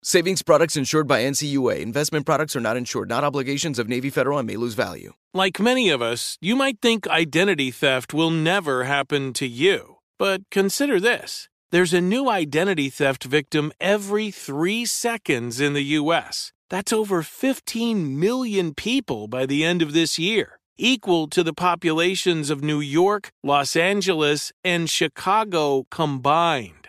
S9: Savings products insured by NCUA. Investment products are not insured, not obligations of Navy Federal and may lose value.
S10: Like many of us, you might think identity theft will never happen to you. But consider this there's a new identity theft victim every three seconds in the U.S. That's over 15 million people by the end of this year, equal to the populations of New York, Los Angeles, and Chicago combined.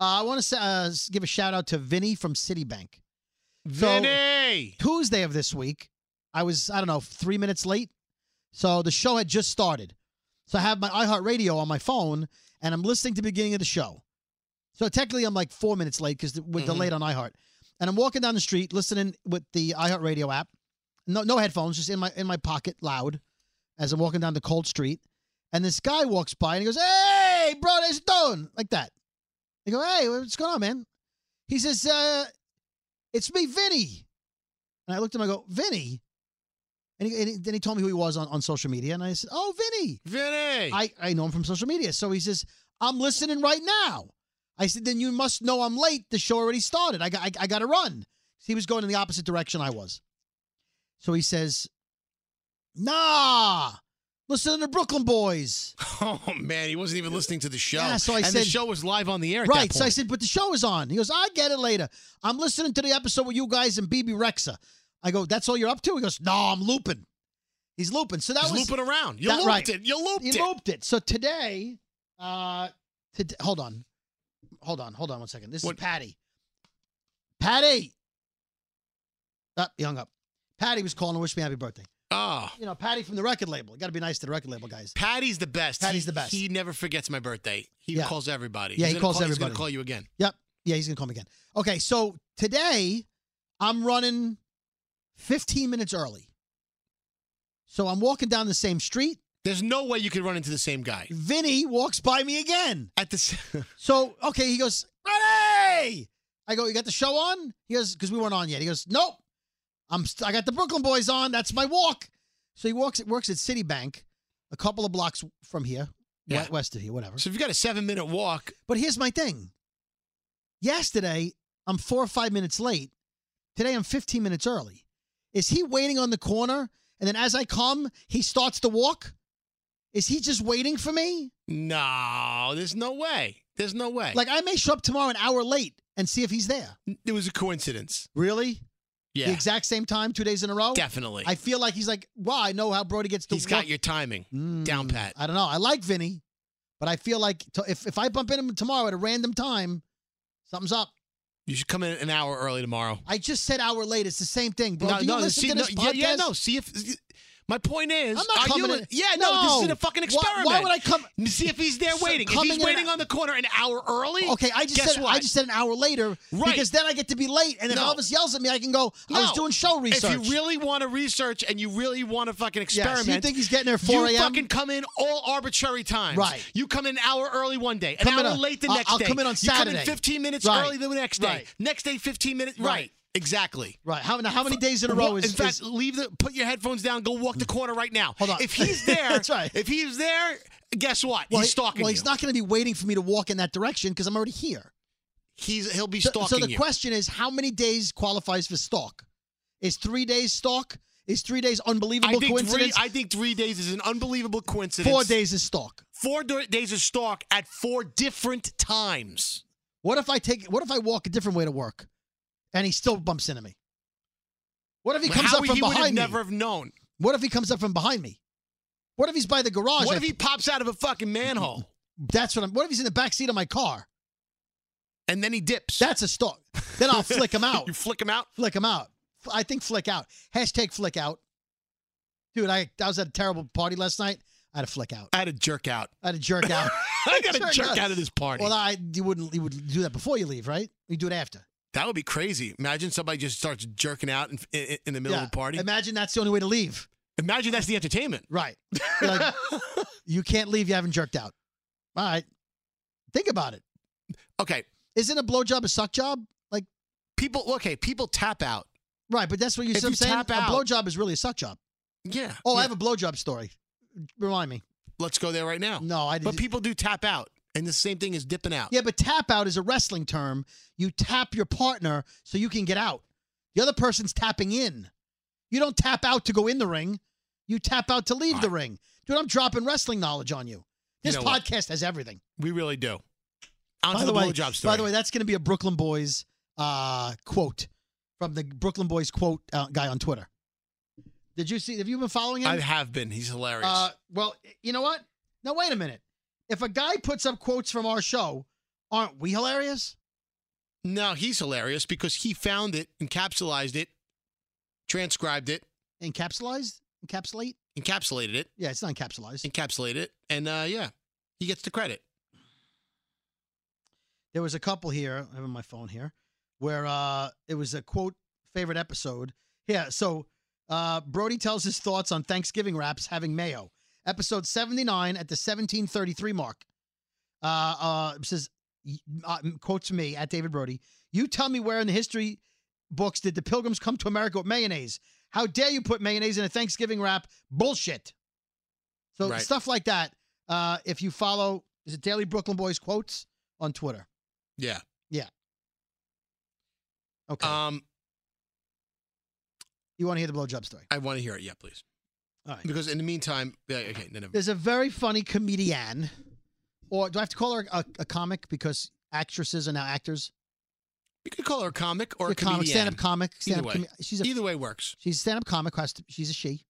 S4: Uh, I want to uh, s- give a shout out to Vinny from Citibank.
S3: Vinny!
S4: So, Tuesday of this week, I was, I don't know, three minutes late. So the show had just started. So I have my iHeartRadio on my phone and I'm listening to the beginning of the show. So technically, I'm like four minutes late because we're
S11: Mhm.
S4: delayed on iHeart. And I'm walking down the street listening with the iHeartRadio app. No, no headphones, just in my in my pocket, loud, as I'm walking down the cold street. And this guy walks by and he goes, "Hey, bro, there's Stone," like that. I go, "Hey, what's going on, man?" He says, uh, "It's me, Vinny." And I looked at him. I go, "Vinny," and, he, and he- then he told me who he was on, on social media, and I said, "Oh, Vinny,
S3: Vinny."
S4: I I know him from social media." So he says, "I'm listening right now." I said, "Then you must know I'm late. The show already started. I got I, I got to run." He was going in the opposite direction I was. So he says, "Nah, listen to Brooklyn Boys."
S3: Oh man, he wasn't even listening to the show.
S4: Yeah, so I
S3: and the
S4: said-
S3: show was live on the air. At
S4: right.
S3: that
S4: So I
S3: point.
S4: said, but the show is on. He goes, I get it later. I'm listening to the episode with you guys and BB Rexa. I go, that's all you're up to? He goes, no, I'm looping. He's looping. So that
S3: He's
S4: was
S3: looping around. You looped it. You looped
S4: You
S3: it.
S4: looped it. So today, uh, today, hold on, hold on, hold on one second. This is Patty. Patty. Ah, he hung up. Patty was calling to wish me happy birthday.
S3: Oh.
S4: You know, Patty from the record label. Got to be nice to the record label guys.
S3: Patty's the best.
S4: Patty's
S3: He-
S4: the best.
S3: He never forgets my birthday. He
S4: Yeah.
S3: calls everybody.
S4: Yeah, he
S3: He's gonna
S4: calls
S3: call, He's
S4: everybody.
S3: gonna call you again.
S4: Yep. Yeah, he's gonna call me again. Okay, so today I'm running 15 minutes early. So I'm walking down the same street.
S3: There's no way you could run into the same guy.
S4: Vinny walks by me again.
S3: At the
S4: So, okay, he goes, Ready! I go, You got the show on? He goes, because we weren't on yet. He goes, Nope. I'm st- I got the Brooklyn Boys on. That's my walk. So he walks works at Citibank, a couple of blocks from here,
S3: Yeah.
S4: we- west of here, whatever.
S3: So if you got a seven minute walk,
S4: But here's my thing. Yesterday, I'm four or five minutes late. Today, I'm 15 minutes early. Is he waiting on the corner? And then as I come, he starts to walk? Is he just waiting for me?
S3: no, there's no way. There's no way.
S4: Like, I may show up tomorrow an hour late and see if he's there.
S3: it was a coincidence.
S4: Really?
S3: Yeah.
S4: The exact same time, two days in a row?
S3: Definitely.
S4: I feel like he's like, wow, I know how Brody gets to
S3: He's
S4: work.
S3: got your timing down pat.
S4: I don't know. I like Vinny, but I feel like to- if, if I bump into him tomorrow at a random time, something's up.
S3: You should come in an hour early tomorrow.
S4: I just said hour late. It's the same thing, bro. Do you listen
S3: see-
S4: to this
S3: no, yeah,
S4: podcast?
S3: yeah, no. See if my point is,
S4: I'm not
S3: are you
S4: coming
S3: li-
S4: in-
S3: Yeah, no, this is
S4: No.
S3: a fucking
S4: Why- why
S3: experiment.
S4: would I come-
S3: See if he's there
S4: So
S3: waiting. If
S4: coming
S3: he's
S4: in
S3: waiting
S4: an-
S3: on the corner an hour early.
S4: Okay, I just
S3: guess
S4: said
S3: what?
S4: I just said an hour later
S3: Right.
S4: because then I get to be late, and if
S3: No.
S4: Elvis yells at me, I can go. I was
S3: No.
S4: doing show research.
S3: If you really want to research and you really want to fucking
S4: you
S3: experiment,
S4: think he's getting there at 4
S3: You
S4: a.m.?
S3: fucking come in all arbitrary times.
S4: Right.
S3: You come in an hour early one day, an
S4: Come in
S3: hour
S4: a-
S3: late the
S4: I'll-
S3: next
S4: I'll
S3: day.
S4: come in on
S3: You come in
S4: Saturday.
S3: 15 minutes
S4: Right.
S3: early the next day.
S4: Right.
S3: Next day, 15 minutes. Right.
S4: Right.
S3: Exactly.
S4: Right. How, now, how many days in a row
S3: Wa-
S4: is
S3: In fact,
S4: is-
S3: leave the put your headphones down. Go walk the corner right now. Hold
S4: on.
S3: If he's there,
S4: That's right.
S3: If he's there, guess what?
S4: well,
S3: he's
S4: he-
S3: stalking
S4: Well,
S3: you.
S4: he's not going to be waiting for me to walk in that direction because I'm already here.
S3: He's he'll be
S4: So, so
S3: stalking
S4: the
S3: you.
S4: question is, how many days qualifies for stalk? Is three days stalk? Is three days unbelievable
S3: I think
S4: coincidence?
S3: Three, I think three days is an unbelievable coincidence.
S4: Four days is stalk.
S3: Four do- days of stalk at four different times.
S4: What if I take? What if I walk a different way to work, and he still bumps into me? What if he comes
S3: How
S4: up from
S3: he would have
S4: behind me?
S3: never have known.
S4: What if he comes up from behind me? What if he's by the garage?
S3: What
S4: I-
S3: if he pops out of a fucking manhole
S4: That's what I'm. What if he's in the back seat of my car?
S3: and then he dips?
S4: That's a stalk. Then I'll flick him out.
S3: you flick him out.
S4: Flick him out. F- I think flick out. Hashtag flick out. Dude, I, I was at a terrible party last night. I had a flick out.
S3: I had a jerk out.
S4: I had a jerk out.
S3: I got a jerk out of this party.
S4: Well, I you wouldn't. You would do that before you leave, right? You do it after.
S3: that would be crazy. Imagine somebody just starts jerking out in, in, in the middle
S4: Yeah.
S3: of a party.
S4: Imagine that's the only way to leave.
S3: Imagine that's the entertainment.
S4: Right. Like, you can't leave. You haven't jerked out. All right. Think about it.
S3: Okay.
S4: Isn't a blowjob a suck job? Like
S3: people. Okay. People tap out.
S4: Right, but that's what you.
S3: If
S4: see what
S3: you
S4: I'm saying
S3: tap
S4: a
S3: out-
S4: blowjob is really a suck job.
S3: Yeah.
S4: Oh, I
S3: yeah.
S4: have a blowjob story. Remind me.
S3: Let's go there right now.
S4: No, I.
S3: But people do tap out, and the same thing is dipping out.
S4: Yeah, but tap out is a wrestling term. You tap your partner so you can get out. The other person's tapping in. You don't tap out to go in the ring. You tap out to leave the ring. Dude, I'm dropping wrestling knowledge on you.
S3: You
S4: This
S3: know what?
S4: podcast has everything.
S3: We really do. On to the,
S4: way,
S3: blowjob story.
S4: by the way, that's going to be a Brooklyn Boys uh, quote from the Brooklyn Boys quote uh, guy on Twitter. Did you see? Have you been following him?
S3: I have been. He's hilarious.
S4: Uh, well, you know what? Now wait a minute. If a guy puts up quotes from our show, aren't we hilarious?
S3: no, he's hilarious because he found it, encapsulated it, transcribed it,
S4: Encapsulized, encapsulate.
S3: encapsulated it,
S4: Yeah, it's not encapsulized.
S3: encapsulated it, and uh, yeah, he gets the credit.
S4: There was a couple here. I have on my phone here, where uh, it was a quote favorite episode. Yeah, so uh, Brody tells his thoughts on Thanksgiving wraps having mayo. Episode seventy nine at the seventeen thirty three mark. Uh, uh, it says y- uh, quotes me at David Brody. You tell me where in the history books did the Pilgrims come to America with mayonnaise? How dare you put mayonnaise in a Thanksgiving wrap? Bullshit. So
S3: Right.
S4: stuff like that. Uh, if you follow, is it Daily Brooklyn Boys quotes on Twitter?
S3: Yeah.
S4: Yeah.
S3: Okay. Um,
S4: You want to hear the blowjob story?
S3: I want to hear it. Yeah, please.
S4: All right.
S3: Because in the meantime, yeah, okay, no, no.
S4: There's a very funny comedian, or do I have to call her a, a comic because actresses are now actors?
S3: You could call her a comic or a,
S4: A comic,
S3: comedian.
S4: stand-up comic,
S3: Either
S4: stand-up
S3: way,
S4: comi- she's a-
S3: either way works.
S4: She's a stand-up comic. has to- She's a she.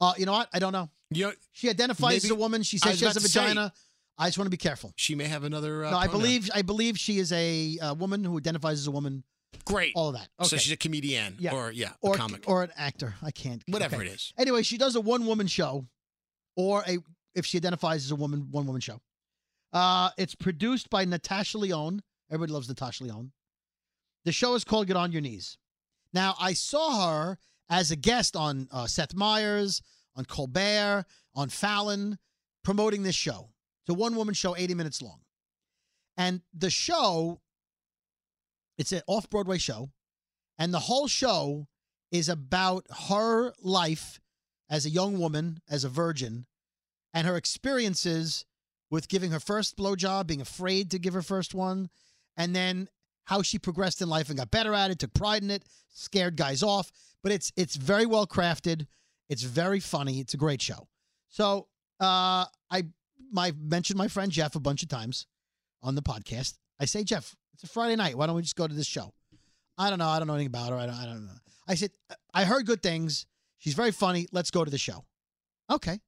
S4: Uh, you know what? I don't know.
S3: You know,
S4: She identifies as
S3: maybe-
S4: a woman. She
S3: I
S4: says
S3: was
S4: she has a
S3: about to say,
S4: vagina. I just want to be careful.
S3: She may have another. Uh,
S4: no, I
S3: pronoun.
S4: believe I believe she is a, uh woman who identifies as a woman.
S3: Great.
S4: All of that. Okay.
S3: So she's a comedian or yeah,
S4: or
S3: a comic.
S4: or an actor. I can't.
S3: Whatever it is.
S4: Anyway, she does a one woman show, or a if she identifies as a woman, one woman show. Uh, it's produced by Natasha Leone. Everybody loves Natasha Leone. The show is called Get on Your Knees. Now I saw her as a guest on uh, Seth Meyers, on Colbert, on Fallon, promoting this show. It's a one woman show, eighty minutes long, and the show. It's an off Broadway show. And the whole show is about her life as a young woman, as a virgin, and her experiences with giving her first blowjob, being afraid to give her first one, and then how she progressed in life and got better at it, took pride in it, scared guys off. But it's it's very well crafted. It's very funny. It's a great show. So uh, I my mentioned my friend Jeff a bunch of times on the podcast. I say Jeff, it's a Friday night. Why don't we just go to this show? I don't know. I don't know anything about her. I don't, I don't know. I said, "Uh, I heard good things. She's very funny. Let's go to the show. Okay.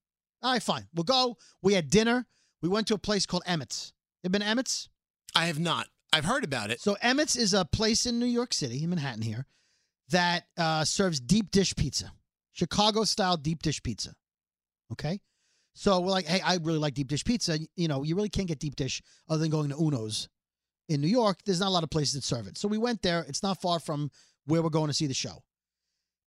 S4: All right, fine. We'll go. We had dinner. We went to a place called Emmett's. You been to Emmett's?
S3: I have not. I've heard about it.
S4: So Emmett's is a place in New York City, in Manhattan here, that uh, serves deep dish pizza, Chicago style deep dish pizza. Okay. So we're like, hey, I really like deep dish pizza. You know, you really can't get deep dish other than going to Uno's in New York. There's not a lot of places that serve it. So we went there. It's not far from where we're going to see the show.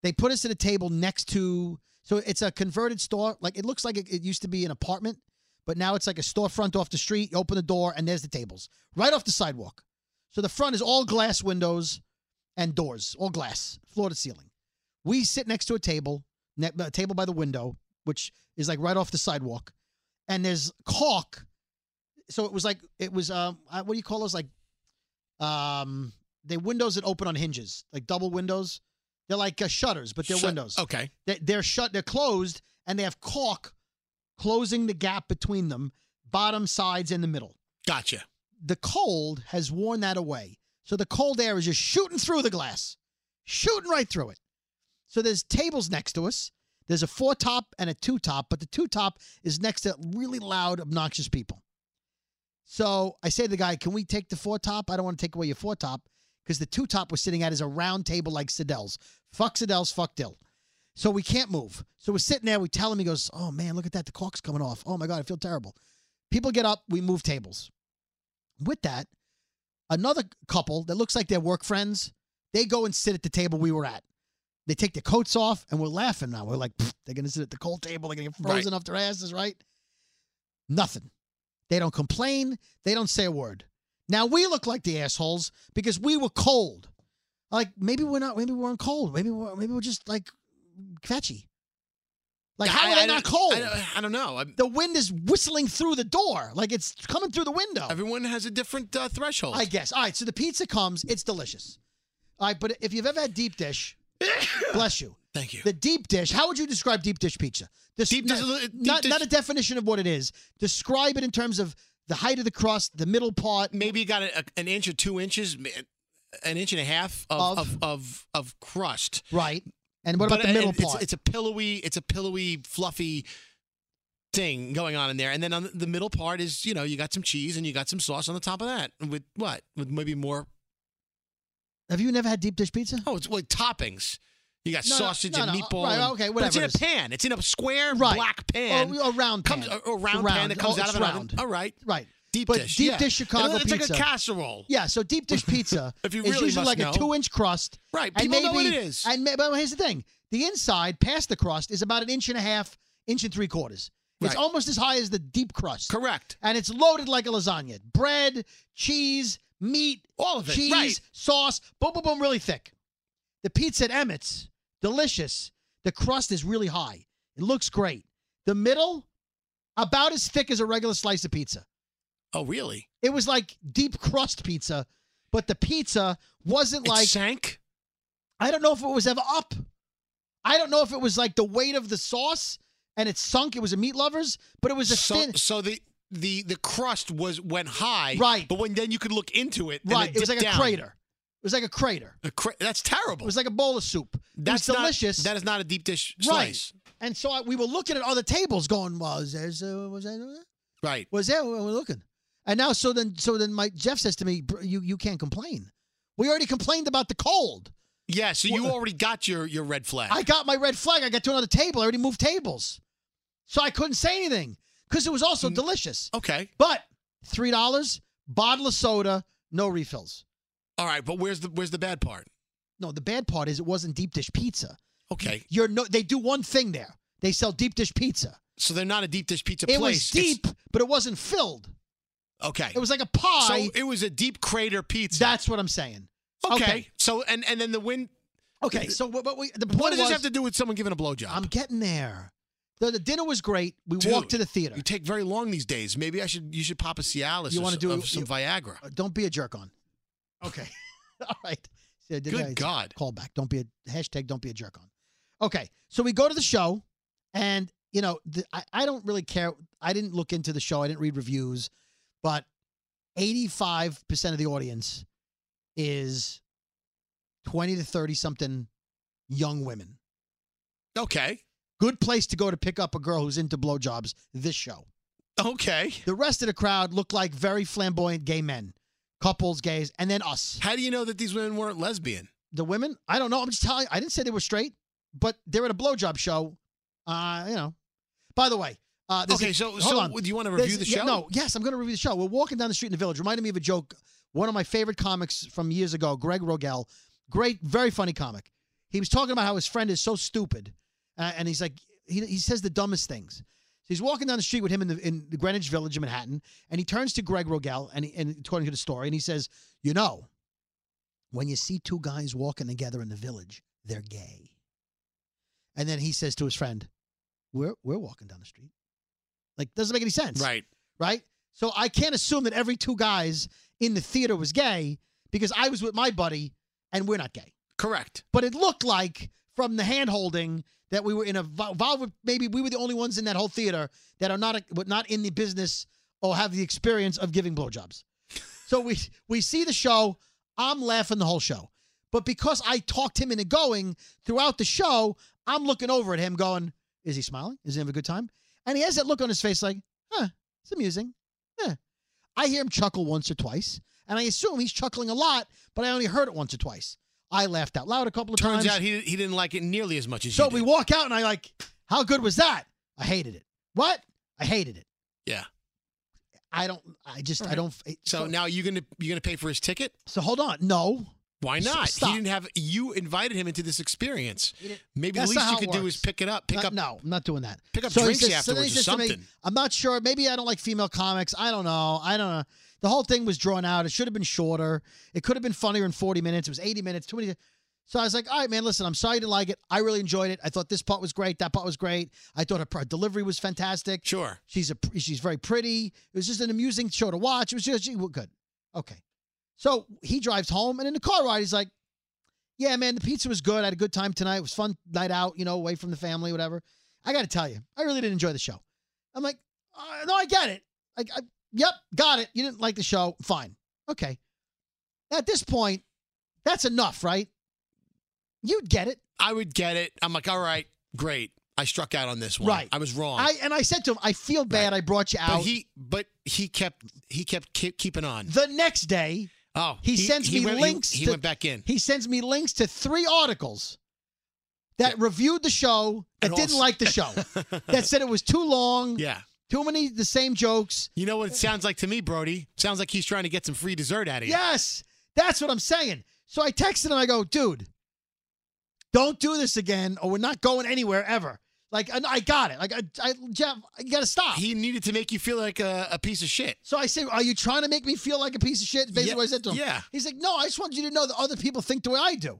S4: They put us at a table next to, so it's a converted store. Like it looks like it, it used to be an apartment, but now it's like a storefront off the street. You open the door and there's the tables right off the sidewalk. So the front is all glass windows and doors, all glass, floor to ceiling. We sit next to a table, ne- a table by the window, which is like right off the sidewalk, and there's caulk. So it was like it was um uh, what do you call those like um they windows that open on hinges like double windows they're like uh, shutters but they're
S3: Shut-
S4: windows
S3: Okay.
S4: they- they're shut they're closed and they have caulk closing the gap between them bottom sides and the middle
S3: Gotcha.
S4: the cold has worn that away. So the cold air is just shooting through the glass, shooting right through it. So there's tables next to us. There's a four top and a two top, but the two top is next to really loud, obnoxious people. So I say to the guy, Can we take the four top? I don't want to take away your four top because the two top we're sitting at is a round table like Sidell's. Fuck Sidell's, fuck Dill. So we can't move. So we're sitting there, we tell him, he goes, Oh man, look at that. The cork's coming off. Oh my God, I feel terrible. People get up, we move tables. With that, another couple that looks like they're work friends, they go and sit at the table we were at. They take their coats off, and we're laughing now. We're like, "Pfft, they're going to sit at the cold table. They're going to get frozen
S11: Right.
S4: off their asses, right? Nothing. They don't complain. They don't say a word. Now we look like the assholes because we were cold. Like maybe we're not. Maybe we weren't cold. Maybe we're, maybe we're just like fetchy. Like how
S3: I-
S4: are they
S3: I
S4: not
S3: don't-
S4: cold?
S3: I don't- I don't know. I'm-
S4: the wind is whistling through the door. Like it's coming through the window.
S3: Everyone has a different uh, threshold.
S4: I guess. All right. So the pizza comes. It's delicious. All right. But if you've ever had deep dish, bless you.
S3: Thank you.
S4: The deep dish. How would you describe deep dish pizza? Des- not, not, not a definition of what it is. Describe it in terms of the height of the crust, the middle part.
S3: Maybe you got a, a- an inch or two inches, ma- an inch and a half of of
S4: Of?
S3: of, of, crust.
S4: Right. And what about
S3: But-
S4: the middle
S3: and it's-
S4: part?
S3: It's, a pillowy, it's a pillowy, fluffy thing going on in there. And then on the- the middle part is, you know, you got some cheese and you got some sauce on the top of that with what? With maybe more
S4: Have you never had deep dish pizza?
S3: Oh, it's like toppings. You got
S4: No, no,
S3: sausage
S4: no,
S3: and
S4: no,
S3: meatball.
S4: right,
S3: and-
S4: okay,
S3: but
S4: whatever it
S3: It's
S4: is.
S3: in a pan. It's in a square
S4: Right.
S3: black pan.
S4: Or- or round
S3: comes,
S4: pan.
S3: Or round, pan
S4: Round.
S3: that comes
S4: Oh,
S3: out
S4: it's
S3: of an oven.
S4: round.
S3: All right.
S4: Right.
S3: Deep
S4: but
S3: dish.
S4: deep
S3: yeah.
S4: dish Chicago
S3: it's
S4: pizza.
S3: like a casserole.
S4: Yeah, so deep dish pizza
S3: If you
S4: is
S3: really
S4: usually
S3: must
S4: like
S3: know.
S4: a two-inch crust.
S3: Right,
S4: and
S3: people know
S4: maybe-
S3: what it is.
S4: And may, but here's the thing: the inside, past the crust, is about an inch and a half, inch and three quarters. It's
S3: Right.
S4: almost as high as the deep crust.
S3: Correct.
S4: And it's loaded like a lasagna: bread, cheese, meat,
S3: all of it,
S4: cheese,
S3: right.
S4: sauce, boom, boom, boom, really thick. The pizza at Emmett's, delicious. The crust is really high. It looks great. The middle, about as thick as a regular slice of pizza.
S3: Oh, really?
S4: It was like deep crust pizza, but the pizza wasn't
S3: It
S4: like
S3: sank.
S4: I don't know if it was ever up. I don't know if it was like the weight of the sauce and it sunk. It was a meat lovers, but it was a
S3: so,
S4: thin.
S3: so the the the crust was went high.
S4: Right.
S3: But when then you could look into it. and
S4: Right, it was
S3: dipped
S4: like a
S3: down.
S4: crater. It was like a crater.
S3: A cra- that's terrible.
S4: It was like a bowl of soup.
S3: That's
S4: it was delicious.
S3: Not, that is not a deep dish
S4: right.
S3: slice.
S4: And so I, we were looking at other tables, going, "Well, is there, is there, was that,
S3: Right.
S4: was there?" We're looking, and now so then so then my Jeff says to me, "Bro, "You you can't complain. We already complained about the cold.
S3: Yeah. So you already got your your red flag.
S4: uh, I got my red flag. I got to another table. I already moved tables. So I couldn't say anything because it was also delicious.
S3: Mm, Okay.
S4: But $3, bottle of soda, no refills.
S3: All right. But where's the where's the bad part?
S4: No, the bad part is it wasn't deep dish pizza.
S3: Okay.
S4: You're no, they do one thing there. They sell deep dish pizza.
S3: So they're not a deep dish pizza
S4: it was
S3: place. It's-
S4: deep, but it wasn't filled.
S3: okay.
S4: It was like a pie.
S3: So it was a deep crater pizza.
S4: That's what I'm saying.
S3: okay.
S4: okay.
S3: So and and then the wind.
S4: Okay, so what, what we, the point
S3: What does
S4: was,
S3: this have to do with someone giving a blowjob?
S4: I'm getting there. The, the dinner was great. We
S3: Dude,
S4: walked to the theater.
S3: You take very long these days. Maybe I should. You should pop a Cialis.
S4: You
S3: or
S4: wanna
S3: s-
S4: do-
S3: of some
S4: you-
S3: Viagra?
S4: Uh, Don't be a jerk on. Okay. All right. So, did
S3: Good
S4: I-
S3: God.
S4: Call back. Don't be a hashtag. Don't be a jerk on. Okay. So we go to the show, and you know, the, I I don't really care. I didn't look into the show. I didn't read reviews, but eighty five percent of the audience is twenty to thirty something young women.
S3: Okay.
S4: Good place to go to pick up a girl who's into blowjobs. This show.
S3: Okay.
S4: The rest of the crowd looked like very flamboyant gay men, couples, gays, and then us.
S3: How do you know that these women weren't lesbian?
S4: the women, I don't know. I'm just telling. I didn't say they were straight, but they were at a blowjob show. Uh, you know. By the way, uh, there's
S3: Okay,
S4: a-
S3: so-
S4: hold
S3: so
S4: on.
S3: do you wanna
S4: There's-
S3: review the
S4: yeah,
S3: show?
S4: no, yes, I'm going to review the show. We're walking down the street in the village. Reminded me of a joke. One of my favorite comics from years ago, Greg Rogel, great, very funny comic. He was talking about how his friend is so stupid, uh, and he's like, he, he says the dumbest things. So he's walking down the street with him in the in the Greenwich Village in Manhattan, and he turns to Greg Rogel, and, he, and according to the story, and he says, "You know, when you see two guys walking together in the village, they're gay." And then he says to his friend, "We're we're walking down the street." Like doesn't make any sense.
S3: Right.
S4: Right? So I can't assume that every two guys in the theater was gay because I was with my buddy and we're not gay.
S3: Correct.
S4: But it looked like from the hand holding that we were in a vo- involved with maybe we were the only ones in that whole theater that are not a, but not in the business or have the experience of giving blowjobs. so we we see the show, I'm laughing the whole show. But because I talked him into going throughout the show, I'm looking over at him going, is he smiling? Is he having a good time? And he has that look on his face like, huh, it's amusing. Huh. I hear him chuckle once or twice, and I assume he's chuckling a lot, but I only heard it once or twice. I laughed out loud a couple of
S3: Turns
S4: times.
S3: out he he didn't like it nearly as much as
S4: so
S3: you.
S4: we walk out, and I like, how good was that? I hated it. What? I hated it.
S3: Did. Yeah.
S4: I don't. I just. I don't.
S3: So now you gonna you gonna pay for his ticket?
S4: So hold on. No,
S3: Why
S4: S-
S3: not?
S4: stop.
S3: He didn't have you invited him into this experience. Maybe
S4: That's
S3: the least
S4: not
S3: you
S4: how
S3: could
S4: it
S3: do is
S4: works.
S3: pick it up. Pick
S4: no,
S3: up.
S4: No, I'm not doing that.
S3: Pick up
S4: he
S3: drinks
S4: says- then he
S3: afterwards or
S4: says to me,
S3: something.
S4: I'm not sure. Maybe I don't like female comics. I don't know. I don't know. The whole thing was drawn out. It should have been shorter. It could have been funnier in 40 minutes. It was 80 minutes, too many. So I was like, all right, man, listen, I'm sorry you didn't like it. I really enjoyed it. I thought this part was great. That part was great. I thought her, her delivery was fantastic.
S3: Sure.
S4: She's a she's very pretty. It was just an amusing show to watch. It was just well, good. Okay. So he drives home, and in the car ride, he's like, yeah, man, the pizza was good. I had a good time tonight. It was fun night out, you know, away from the family, whatever. I got to tell you, I really did enjoy the show. I'm like, uh, no, I get it. I, I, yep, got it. You didn't like the show. Fine. Okay. At this point, that's enough, right? You'd get it.
S3: I would get it. I'm like, all right, great. I struck out on this one.
S4: Right.
S3: I was wrong.
S4: I And I said to him, I feel bad I brought you
S3: but
S4: out.
S3: he, but he kept, he kept keep, keeping on.
S4: the next day,
S3: Oh,
S4: he, sends me
S3: went-
S4: links.
S3: He, he
S4: to-
S3: went back in.
S4: He sends me links to three articles that reviewed the show that
S3: And
S4: didn't
S3: also-
S4: like the show, that said it was too long,
S3: Yeah.
S4: too many the same jokes.
S3: You know what it sounds like to me, Brody? Sounds like he's trying to get some free dessert out of you.
S4: Yes, that's what I'm saying. So I texted him. I go, dude, don't do this again, or we're not going anywhere ever. Like, and I got it. Like, I, I, Jeff, you got to stop.
S3: He needed to make you feel like a, a piece of shit.
S4: so I said, are you trying to make me feel like a piece of shit? Basically,
S3: Yeah,
S4: what I said to him.
S3: yeah.
S4: He's like, no, I just wanted you to know that other people think the way I do.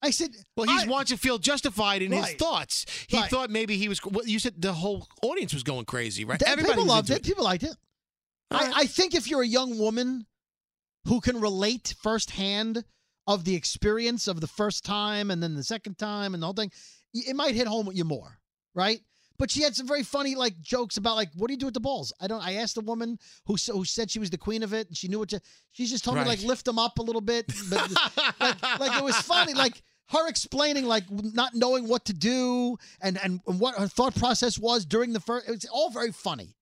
S4: I said,
S3: Well, he
S4: I-
S3: wants to feel justified in his
S4: Right.
S3: thoughts. He
S4: Right.
S3: thought maybe he was. Well, you said the whole audience was going crazy, right?
S4: Th-
S3: Everybody
S4: people
S3: was
S4: loved
S3: into
S4: it. People liked it. I, I think if you're a young woman who can relate firsthand of the experience of the first time and then the second time and the whole thing, y- it might hit home with you more, right? But she had some very funny like jokes about like what do you do with the balls? I don't. I asked the woman who s- who said she was the queen of it. And she knew what to. She just told me
S3: Right.
S4: like lift them up a little bit. But, like, like it was funny. Like her explaining like not knowing what to do and and, and what her thought process was during the first. It's all very funny.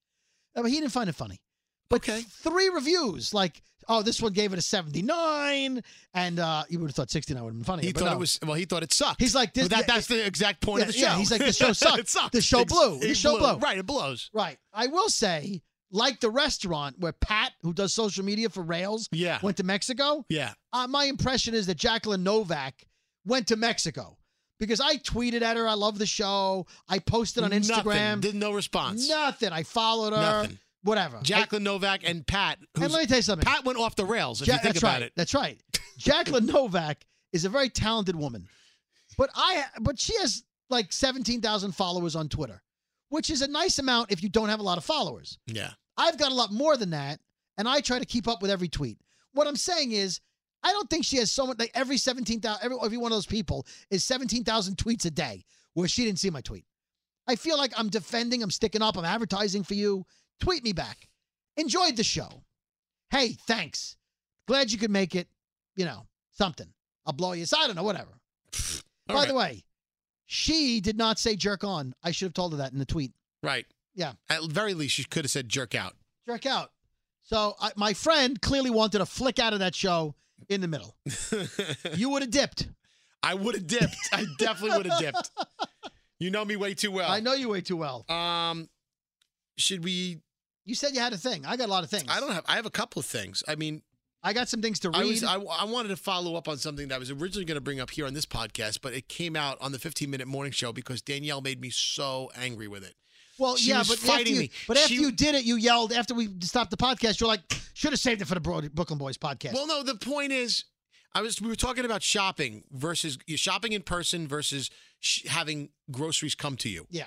S4: I mean, he didn't find it funny. But th- three reviews, like, oh, this one gave it a 79, and uh, you would have thought 69 would have been funny.
S3: He
S4: but
S3: thought
S4: no.
S3: it was well. He thought it sucked.
S4: He's like, this-
S3: But that,
S4: yeah,
S3: that's the exact point of the show.
S4: Yeah, yeah, he's like, the show sucked.
S3: it sucked.
S4: The show
S3: It's-
S4: blew. The
S3: it
S4: show
S3: blew.
S4: blew.
S3: Right, it blows.
S4: Right. I will say, like the restaurant where Pat, who does social media for Rails,
S3: Yeah.
S4: went to Mexico,
S3: Yeah.
S4: uh, my impression is that Jacqueline Novak went to Mexico because I tweeted at her, I love the show. I posted on
S3: Nothing.
S4: Instagram.
S3: Did no response.
S4: Nothing. I followed her.
S3: Nothing.
S4: Whatever. I-
S3: Jacqueline Novak and Pat.
S4: and
S3: who's-
S4: let me tell you something.
S3: Pat went off the rails. If
S4: Ja-
S3: you think
S4: that's
S3: about
S4: right.
S3: it.
S4: That's right. Jacqueline Novak is a very talented woman, but I but she has like seventeen thousand followers on Twitter, which is a nice amount if you don't have a lot of followers.
S3: Yeah.
S4: I've got a lot more than that, and I try to keep up with every tweet. What I'm saying is, I don't think she has so much. Like every seventeen thousand, every every one of those people is seventeen thousand tweets a day where she didn't see my tweet. I feel like I'm defending, I'm sticking up, I'm advertising for you. Tweet me back. Enjoyed the show. Hey, thanks. Glad you could make it. You know, something. I'll blow you. I don't know, whatever. By
S3: All
S4: the
S3: right.
S4: way, she did not say jerk on. I should have told her that in the tweet.
S3: Right.
S4: Yeah.
S3: At very least, you could have said jerk out.
S4: Jerk out. So I, my friend clearly wanted a flick out of that show in the middle. you would have dipped.
S3: I would have dipped. I definitely would have dipped. You know me way too well.
S4: I know you way too well.
S3: Um, should we?
S4: You said you had a thing. I got a lot of things.
S3: I don't have. I have a couple of things. I mean,
S4: I got some things to read.
S3: I was. uh, I, I wanted to follow up on something that I was originally going to bring up here on this podcast, but it came out on the 15 minute morning show because Danielle made me so angry with it.
S4: Well,
S3: She
S4: yeah,
S3: was
S4: but after
S3: fighting
S4: you,
S3: me.
S4: but after
S3: She-
S4: you did it, you yelled. After we stopped the podcast, you're like, should have saved it for the Bro- Brooklyn Boys podcast.
S3: Well, no, the point is, I was we were talking about shopping versus shopping in person versus sh- having groceries come to you.
S4: yeah,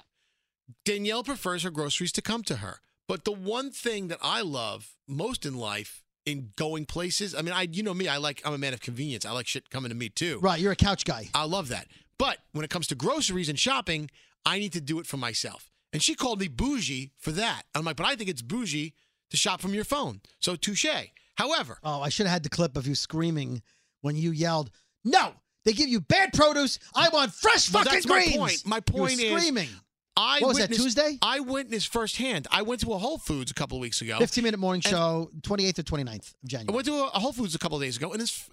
S3: Danielle prefers her groceries to come to her. But the one thing that I love most in life in going places, I mean, I you know me, I like I'm a man of convenience. I like shit coming to me too.
S4: right. You're a couch guy.
S3: I love that. But when it comes to groceries and shopping, I need to do it for myself. And she called me bougie for that. I'm like, but I think it's bougie to shop from your phone. So touche. However,
S4: Oh, I should have had the clip of you screaming when you yelled, "No! They give you bad produce. I want fresh
S3: Well,
S4: fucking
S3: that's my
S4: greens."
S3: point. My
S4: You were
S3: point is-
S4: screaming.
S3: I
S4: What was that,
S3: witnessed,
S4: Tuesday?
S3: I witnessed firsthand. I went to a Whole Foods a couple of weeks ago.
S4: 15 minute morning show, 28th or 29th of
S3: I
S4: January.
S3: went to a a Whole Foods a couple of days ago, and it's,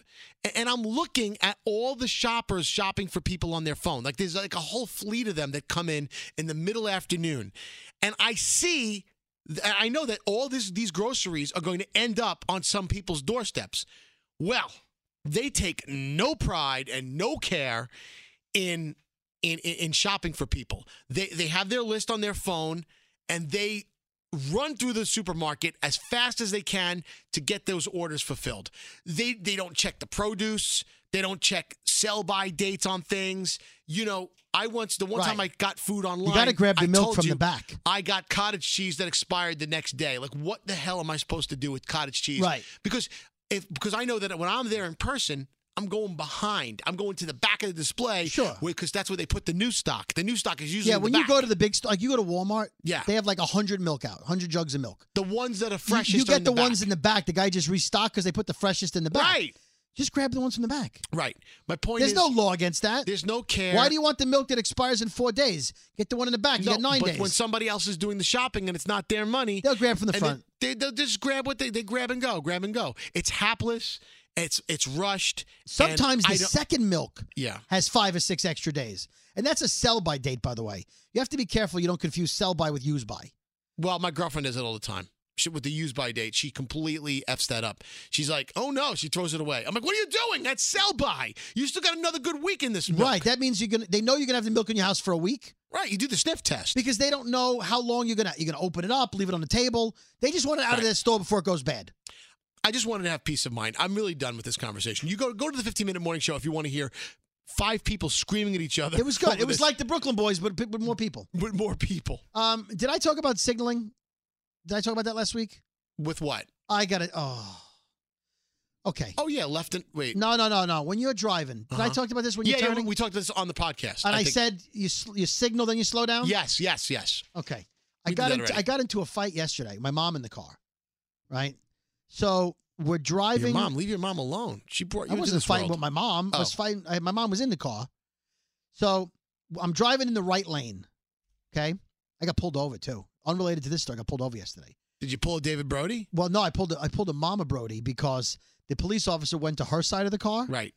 S3: and I'm looking at all the shoppers shopping for people on their phone. Like there's like a whole fleet of them that come in in the middle afternoon, and I see, and I know that all this these groceries are going to end up on some people's doorsteps. Well, They take no pride and no care in in in, in shopping for people. They they have their list on their phone and they run through the supermarket as fast as they can to get those orders fulfilled. They they don't check the produce, they don't check sell by dates on things. You know, I once the one time I got food online,
S4: gotta grab the
S3: I
S4: milk
S3: told
S4: from the
S3: you,
S4: back.
S3: I got cottage cheese that expired the next day. Like what the hell am I supposed to do with cottage cheese?
S4: Right.
S3: Because if because I know that when I'm there in person, I'm going behind. I'm going to the back of the display. Sure. Because that's where they put the new stock. The new stock is usually
S4: Yeah,
S3: in the
S4: when you
S3: back.
S4: go to the big store, like you go to Walmart,
S3: Yeah.
S4: they have like hundred milk out, hundred jugs of milk.
S3: The ones that are
S4: You-
S3: freshest.
S4: You, get
S3: are in
S4: the,
S3: the, back.
S4: ones in the back. The guy just restocked because they put the freshest in the back.
S3: Right.
S4: Just grab the ones from the back.
S3: Right. My point
S4: There's
S3: is
S4: no law against that.
S3: There's no care.
S4: Why do you want the milk that expires in four days? Get the one in the back. You
S3: No,
S4: get nine
S3: but
S4: days.
S3: when somebody else is doing the shopping and it's not their money, they'll
S4: grab from the front.
S3: They, will just grab what they, they grab and go, grab and go. It's hapless. It's it's rushed. and
S4: Sometimes
S3: I
S4: the
S3: don't-
S4: second milk
S3: Yeah.
S4: has five or six extra days. And that's a sell by date, by the way. You have to be careful you don't confuse sell by with use by.
S3: Well, my girlfriend does it all the time. She, with the use by date, she completely f's that up. She's like, "Oh no!" She throws it away. I'm like, "What are you doing? That's sell by. You still got another good week in this." Milk.
S4: Right. That means you're gonna they know you're gonna have the milk in your house for a week.
S3: Right. You do the sniff test.
S4: Because they don't know how long you're gonna you're gonna open it up, leave it on the table. They just want it out of their store before it goes bad.
S3: I just wanted to have peace of mind. I'm really done with this conversation. You go go to the 15 minute morning show if you want to hear five people screaming at each other.
S4: It was good.
S3: over
S4: It was
S3: this.
S4: like the Brooklyn Boys, but with more people.
S3: With more people.
S4: Um, did I talk about signaling? Did I talk about that last week?
S3: with what?
S4: I got it. Oh, okay.
S3: Oh yeah, left and wait.
S4: No, no, no, no. When you're driving, did I
S3: Uh-huh.
S4: talk about this when
S3: yeah,
S4: you're turning?
S3: Yeah, we talked this on the podcast.
S4: and I,
S3: think.
S4: said um, you sl- you signal, then you slow down.
S3: yes, yes, yes.
S4: Okay. I
S3: We did
S4: got
S3: that
S4: into,
S3: already.
S4: I got into a fight yesterday. My mom in the car, right? So we're driving.
S3: Your mom, leave your mom alone. She brought you
S4: I
S3: into
S4: wasn't
S3: this
S4: fighting with
S3: world.
S4: my mom. I was
S3: Oh.
S4: fighting. I, my mom was in the car, so I'm driving in the right lane. Okay, I got pulled over too. Unrelated to this story, I got pulled over yesterday.
S3: Did you pull a David Brody?
S4: Well, no, I pulled a, I pulled a Mama Brody because the police officer went to her side of the car.
S3: Right.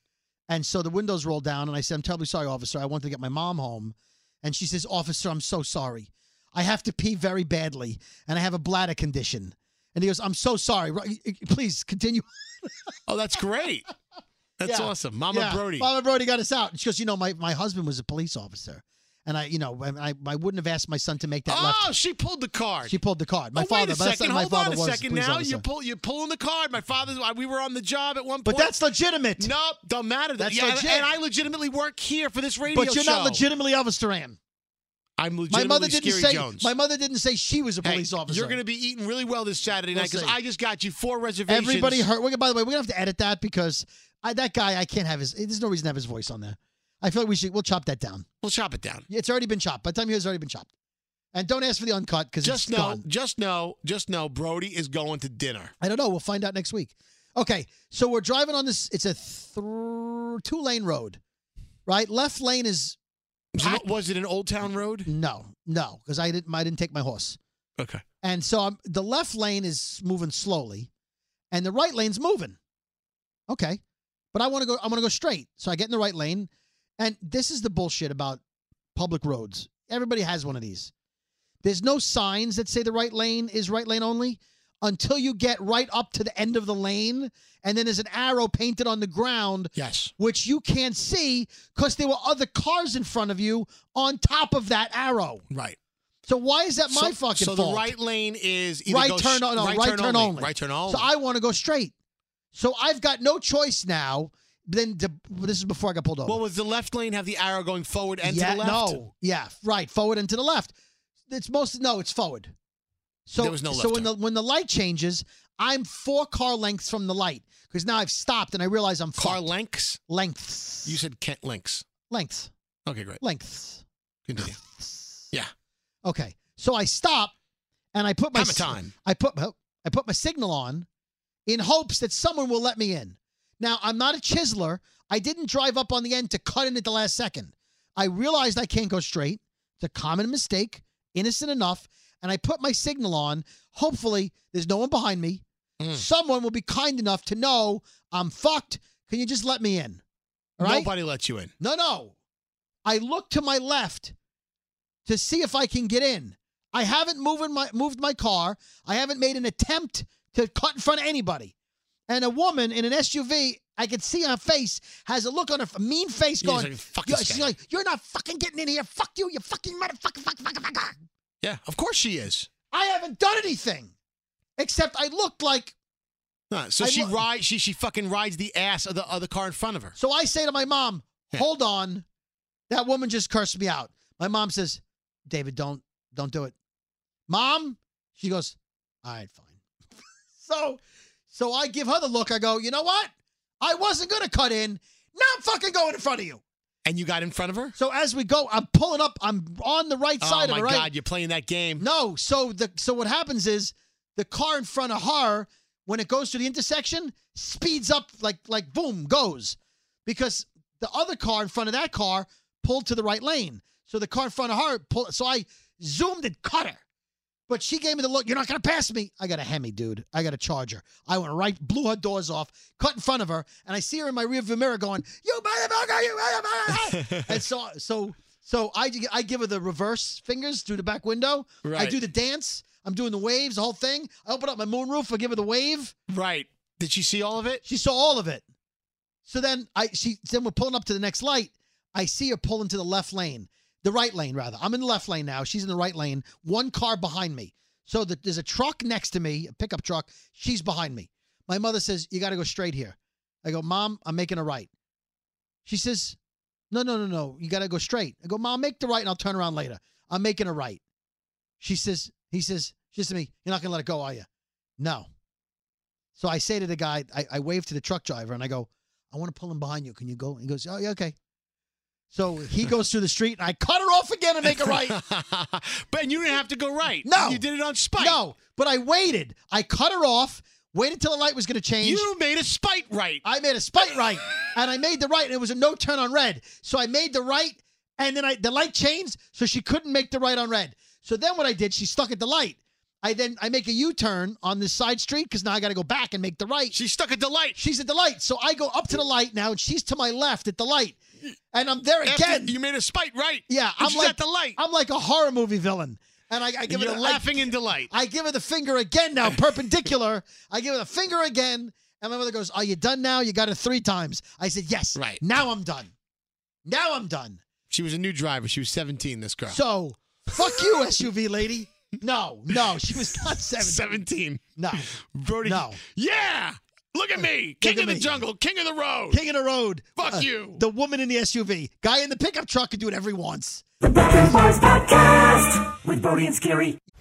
S4: And so the windows rolled down, and I said, "I'm terribly sorry, officer. I wanted to get my mom home." And she says, "Officer, I'm so sorry. I have to pee very badly, and I have a bladder condition." And he goes, "I'm so sorry. Right- Please continue."
S3: Oh, that's great. That's
S4: Yeah.
S3: awesome. Mama
S4: Yeah.
S3: Brody.
S4: Mama Brody got us out. She goes, you know, my, my husband was a police officer. And I, you know, I, I- I wouldn't have asked my son to make that
S3: oh,
S4: left.
S3: she pulled the card.
S4: She pulled the card. My
S3: oh,
S4: father,
S3: wait a
S4: but that's
S3: second.
S4: not- my
S3: Hold
S4: father
S3: on a
S4: was a
S3: second.
S4: police
S3: Now
S4: officer.
S3: you pull you're pulling the card. My father's. uh, We were on the job at one
S4: But
S3: point.
S4: that's legitimate.
S3: Nope, don't matter.
S4: That's
S3: yeah, and-
S4: legit.
S3: And I legitimately work here for this radio
S4: but you're
S3: show.
S4: not legitimately Elvis Duran.
S3: I'm
S4: My
S3: legitimately
S4: mother didn't
S3: Scary
S4: say.
S3: Jones.
S4: My mother didn't say she was a
S3: Hey,
S4: police officer.
S3: You're going to be eating really well this Saturday
S4: We'll
S3: night because
S4: see.
S3: I just got you four reservations.
S4: Everybody hurt. We're, gonna- by the way, we're gonna have to edit that because I, that guy, I can't have his. There's no reason to have his voice on there. I feel like we should. We'll chop that down.
S3: We'll chop it down.
S4: It's already been chopped. By the time you hear, it's already been chopped. And don't ask for the uncut because
S3: Just
S4: it's
S3: know,
S4: gone.
S3: just know, just know, Brody is going to dinner.
S4: I don't know. We'll find out next week. Okay, so we're driving on this. It's a th- two lane road, right? Left lane is.
S3: Was it, was it an Old Town Road?
S4: No, no, because I didn't. I didn't take my horse,
S3: Okay.
S4: and so I'm, the left lane is moving slowly, and the right lane's moving. Okay, but I want to go. I want to go straight. So I get in the right lane, and this is the bullshit about public roads. Everybody has one of these. There's no signs that say the right lane is right lane only until you get right up to the end of the lane, and then there's an arrow painted on the ground.
S3: Yes.
S4: Which you can't see because there were other cars in front of you on top of that arrow.
S3: Right.
S4: So why is that my
S3: so,
S4: fucking
S3: So
S4: fault?
S3: the right lane is either
S4: right
S3: go
S4: turn,
S3: sh-
S4: no, right, turn, only.
S3: Right turn only.
S4: So I want to go straight. So I've got no choice now. Then to, this is before I got pulled over.
S3: well, was the left lane have the arrow going forward and
S4: yeah,
S3: to the left?
S4: no, yeah, right, forward and to the left. It's most no, it's forward. So
S3: There was no
S4: so
S3: left
S4: when the when the light changes, I'm four car lengths from the light because now I've stopped and I realize I'm
S3: Car
S4: fucked.
S3: lengths.
S4: lengths,
S3: You said Kent links.
S4: lengths,
S3: Okay, great.
S4: lengths.
S3: Continue. yeah.
S4: Okay, so I stop and I put my
S3: Hammer time.
S4: I put I put my signal on in hopes that someone will let me in. Now I'm not a chiseler. I didn't drive up on the end to cut in at the last second. I realized I can't go straight. It's a common mistake, innocent enough, and I put my signal on. Hopefully, there's no one behind me.
S3: Mm.
S4: Someone will be kind enough to know I'm fucked. Can you just let me in? All right.
S3: Nobody lets you in.
S4: No, no. I look to my left to see if I can get in. I haven't moved my moved my car. I haven't made an attempt to cut in front of anybody. And a woman in an SUV I could see her face has a look on her f- mean face
S3: You're
S4: going.
S3: just like, "Fuck
S4: "You're-
S3: this
S4: she's
S3: guy."
S4: like, you're not fucking getting in here. Fuck you. You fucking motherfucker. Fuck, fuck, fuck, fuck.
S3: Yeah, of course she is.
S4: I haven't done anything, except I looked like.
S3: Nah, so
S4: I
S3: she
S4: lo-
S3: rides. She she fucking rides the ass of the other car in front of her.
S4: So I say to my mom, "Hold on, that woman just cursed me out." My mom says, "David, don't don't do it." Mom, she goes, "All right, fine." so, so I give her the look. I go, "You know what? I wasn't gonna cut in. Now I'm fucking going in front of you."
S3: And you got in front of her.
S4: So as we go, I'm pulling up. I'm on the right
S3: Oh
S4: side of
S3: my
S4: her. Right?
S3: God, you're playing that game.
S4: No. So the so what happens is the car in front of her, when it goes to the intersection, speeds up like like boom goes, because the other car in front of that car pulled to the right lane. So the car in front of her pulled. So I zoomed and cut her. But she gave me the look. You're not gonna pass me. I got a Hemi, dude. I got a Charger. I went right, blew her doors off, cut in front of her, and I see her in my rearview mirror going, "You motherfucker, you motherfucker!" and so, so, so I, gi- I give her the reverse fingers through the back window. I
S3: Right.
S4: do the dance. I'm doing the waves, the whole thing. I open up my moonroof. I give her the wave.
S3: Right. Did she see all of it?
S4: She saw all of it. So then I she then we're pulling up to the next light. I see her pull into the left lane, the right lane rather. I'm in the left lane now. She's in the right lane. One car behind me. So that there's a truck next to me, a pickup truck. She's behind me. My mother says you got to go straight here. I go, mom, I'm making a right. She says, no, no, no, no. You got to go straight. I go, mom, make the right, and I'll turn around later. I'm making a right. She says, he says, she says to me, you're not gonna let it go, are you? No. So I say to the guy, I, I wave to the truck driver and I go, I want to pull him behind you. Can you go? He goes, Oh, yeah, okay. So he goes through the street and I cut her off again and make a right.
S3: but you didn't have to go right.
S4: No.
S3: You did it on spite.
S4: No, but I waited. I cut her off, waited till the light was going to change.
S3: You made a spite right.
S4: I made a spite right, and I made the right, and it was a no turn on red. So I made the right, and then I the light changed, so she couldn't make the right on red. So then what I did, she stuck at the light. I then I make a U turn on this side street because now I got to go back and make the right.
S3: She's stuck at the light.
S4: She's at the light, so I go up to the light now, and she's to my left at the light, and I'm there
S3: After
S4: again.
S3: You made a spite right.
S4: yeah,
S3: And
S4: I'm
S3: she's
S4: like
S3: at the light.
S4: I'm like a horror movie villain. And I, I give
S3: You're
S4: it a, I-
S3: laughing in delight.
S4: I give her the finger again now, perpendicular. I give her the finger again, and my mother goes, "Are you done now? You got it three times." I said, "Yes." Right now, I'm done. Now I'm done.
S3: She was a new driver. She was 17, this girl.
S4: So, fuck you, SUV lady. No, no, she was not seventeen.
S3: 17.
S4: No,
S3: Brody.
S4: No.
S3: Yeah. Look at me.
S4: Look
S3: King
S4: at
S3: of the
S4: me.
S3: jungle. King of the road.
S4: King of the road. Uh,
S3: Fuck you.
S4: The woman in the SUV. Guy in the pickup truck can do whatever he wants.
S12: with Brody and Scary.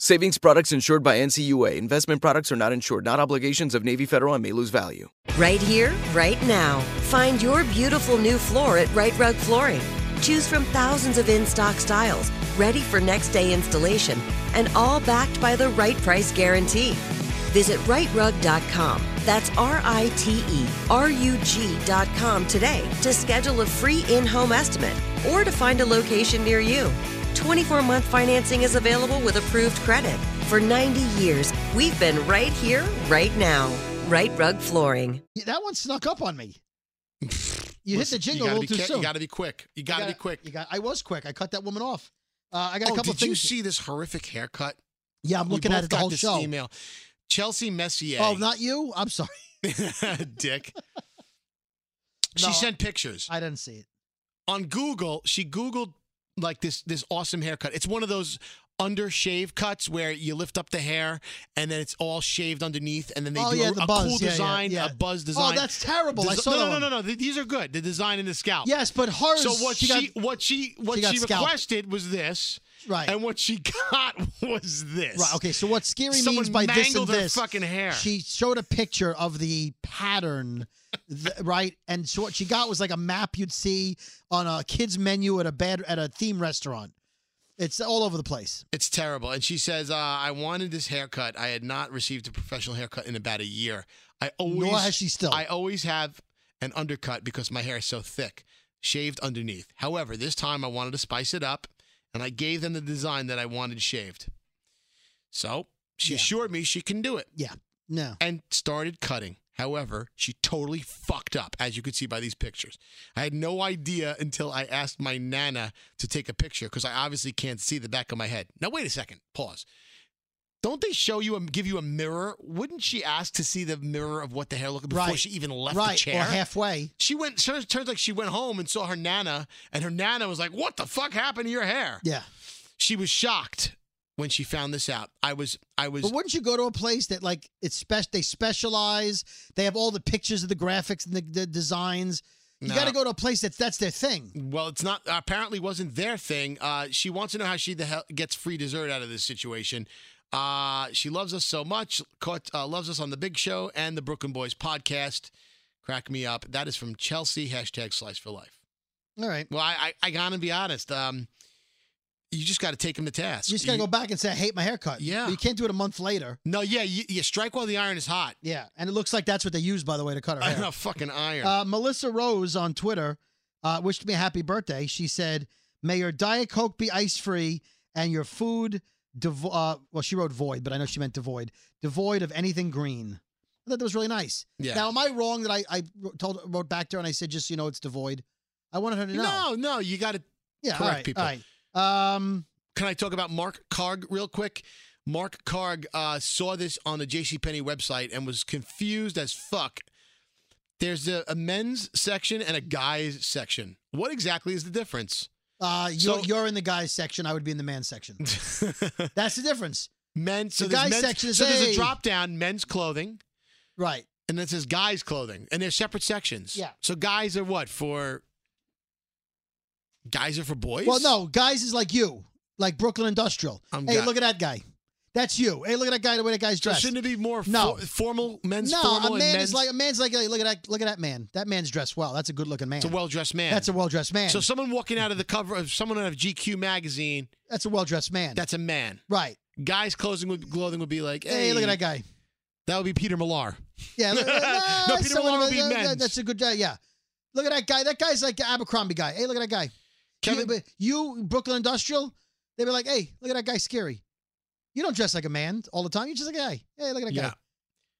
S9: Savings products insured by NCUA. Investment products are not insured, not obligations of Navy Federal and may lose value.
S11: Right here, right now. Find your beautiful new floor at Right Rug Flooring. Choose from thousands of in stock styles, ready for next day installation, and all backed by the right price guarantee. Visit rightrug.com. That's R I T E R U G.com today to schedule a free in home estimate or to find a location near you. 24 month financing is available with approved credit. For 90 years, we've been right here, right now. Right Rug Flooring.
S4: Yeah, That one snuck up on me. You hit the
S3: Listen,
S4: jingle a little
S3: gotta be
S4: too
S3: ca-
S4: soon.
S3: You got to be quick. You got to be
S4: quick. You got, I was quick. I cut that woman off. Uh, I got a
S3: oh,
S4: couple
S3: did you
S4: things.
S3: see this horrific haircut?
S4: Yeah, I'm
S3: We
S4: looking at
S3: both
S4: it the
S3: got
S4: whole
S3: this
S4: show.
S3: Email. Chelsea Messier.
S4: Oh, not you? I'm sorry.
S3: Dick. She
S4: No.
S3: sent pictures.
S4: I didn't see it.
S3: On Google, she Googled like this this awesome haircut. It's one of those under shave cuts where you lift up the hair and then it's all shaved underneath and then they
S4: Oh,
S3: do
S4: yeah,
S3: a,
S4: the
S3: a
S4: buzz.
S3: cool
S4: Yeah, yeah,
S3: design,
S4: yeah.
S3: a buzz
S4: Oh,
S3: design.
S4: that's terrible. I saw
S3: no,
S4: that
S3: no,
S4: one.
S3: no, no, th- These are good. The design in the scalp.
S4: Yes, but hers.
S3: So what she,
S4: she got-
S3: what she what
S4: she
S3: she,
S4: got scalped.
S3: requested was this,
S4: Right.
S3: And what she got was this.
S4: Right. Okay. So what scary
S3: Someone
S4: means by this and
S3: mangled her
S4: this?
S3: fucking hair.
S4: She showed a picture of the pattern, th- right? And so what she got was like a map you'd see on a kids menu at a bad at a theme restaurant. It's all over the place.
S3: It's terrible. And she says, uh, I wanted this haircut. I had not received a professional haircut in about a year. I always
S4: has she still.
S3: I always have an undercut because my hair is so thick, shaved underneath. However, this time I wanted to spice it up and I gave them the design that I wanted shaved. So she assured me she can do it.
S4: Yeah. No.
S3: And started cutting. However, she totally fucked up, as you can see by these pictures. I had no idea until I asked my nana to take a picture because I obviously can't see the back of my head. Now, wait a second. Pause. Don't they show you and give you a mirror? Wouldn't she ask to see the mirror of what the hair looked like before
S4: Right.
S3: she even left
S4: right.
S3: the chair?
S4: Or halfway.
S3: she went. Turns, turns like she went home and saw her nana, and her nana was like, "What the fuck happened to your hair?"
S4: Yeah.
S3: She was shocked when she found this out. I was. I was.
S4: But wouldn't you go to a place that like it's special? They specialize. They have all the pictures of the graphics and the, the designs. You
S3: No.
S4: got to go to a place that's that's their thing.
S3: Well, it's not apparently wasn't their thing. Uh, she wants to know how she the hell gets free dessert out of this situation. Uh, she loves us so much, caught, uh, loves us on the Big Show and the Brooklyn Boys podcast. Crack me up. That is from Chelsea hashtag Slice for Life.
S4: All right.
S3: Well, I I, I gotta be honest. Um, you just got to take him to task.
S4: You just got to
S3: You-
S4: go back and say, I hate my haircut.
S3: Yeah.
S4: You can't do it a month later.
S3: No, yeah, you, you strike while the iron is hot.
S4: Yeah. And it looks like that's what they use, by the way, to cut her hair.
S3: a fucking iron.
S4: Uh, Melissa Rose on Twitter uh, wished me a happy birthday. She said, May your Diet Coke be ice free and your food, devo- uh, well, she wrote void, but I know she meant devoid, devoid of anything green. I thought that was really nice.
S3: Yeah.
S4: Now, am I wrong that I, I told wrote back to her and I said, just so you know, it's devoid? I wanted her to know.
S3: no, no, you got to
S4: yeah,
S3: correct
S4: all right,
S3: people.
S4: All right. Um,
S3: Can I talk about Mark Karg real quick? Mark Karg uh, saw this on the JCPenney website and was confused as fuck. There's a, a men's section and a guy's section. What exactly is the difference?
S4: Uh, you're,
S3: So-
S4: you're in the guys section. I would be in the man section. That's the difference.
S3: Men, so
S4: the
S3: there's
S4: guys
S3: men's-
S4: section is
S3: so there's
S4: hey.
S3: a drop down men's clothing,
S4: Right.
S3: and then it says guys clothing, and they're separate sections.
S4: Yeah.
S3: So guys are what for? Guys are for boys.
S4: Well, no, guys is like you, like Brooklyn Industrial.
S3: I'm
S4: hey,
S3: guy-
S4: look at that guy. That's you. Hey, look at that guy. The way that guy's
S3: So
S4: dressed.
S3: shouldn't it be more
S4: No.
S3: for- formal men's?
S4: no,
S3: formal
S4: a
S3: and
S4: man is
S3: men's-
S4: like a man's like. Hey, look at that. Look at that man. That man's dressed well. That's a good looking man.
S3: It's a well dressed man.
S4: That's a well dressed man.
S3: So someone walking out of the cover of someone out of GQ magazine,
S4: that's a well dressed man.
S3: that's a man.
S4: right.
S3: Guys clothing would clothing would be like, hey,
S4: Hey, look at that guy.
S3: That would be Peter Millar.
S4: Yeah. Look,
S3: No, Peter
S4: someone
S3: Millar would
S4: of-
S3: be
S4: uh,
S3: men's.
S4: That's a good guy. Yeah. Look at that guy. That guy's like the Abercrombie guy. Hey, look at that guy.
S3: Kevin-
S4: you, but you, Brooklyn Industrial, they'd be like, hey, look at that guy, scary. You don't dress like a man all the time. You're just a guy. Hey, look at that
S3: Yeah.
S4: guy.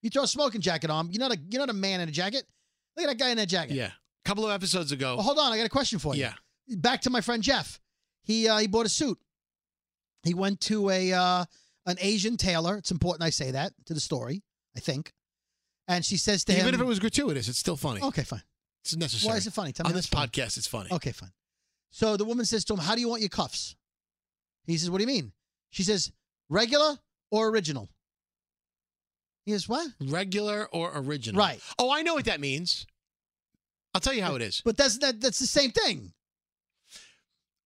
S4: You throw a smoking jacket on. You're not a you're not a man in a jacket. Look at that guy in that jacket.
S3: Yeah. A couple of episodes ago.
S4: Well, hold on, I got a question for you.
S3: Oh. Yeah.
S4: Back to my friend Jeff. He uh, he bought a suit. He went to a uh, an Asian tailor. It's important I say that to the story. I think. And she says to
S3: Even
S4: him,
S3: if it was gratuitous, it's still funny.
S4: "Okay, fine.
S3: It's necessary.
S4: Why is it funny? Tell me
S3: On
S4: how
S3: this
S4: it's funny.
S3: podcast, it's funny.
S4: Okay, fine. So the woman says to him, How do you want your cuffs? He says, What do you mean? She says, Regular or original? He says, What?
S3: Regular or original.
S4: Right.
S3: Oh, I know what that means. I'll tell you how it is.
S4: But that's that, that's the same thing.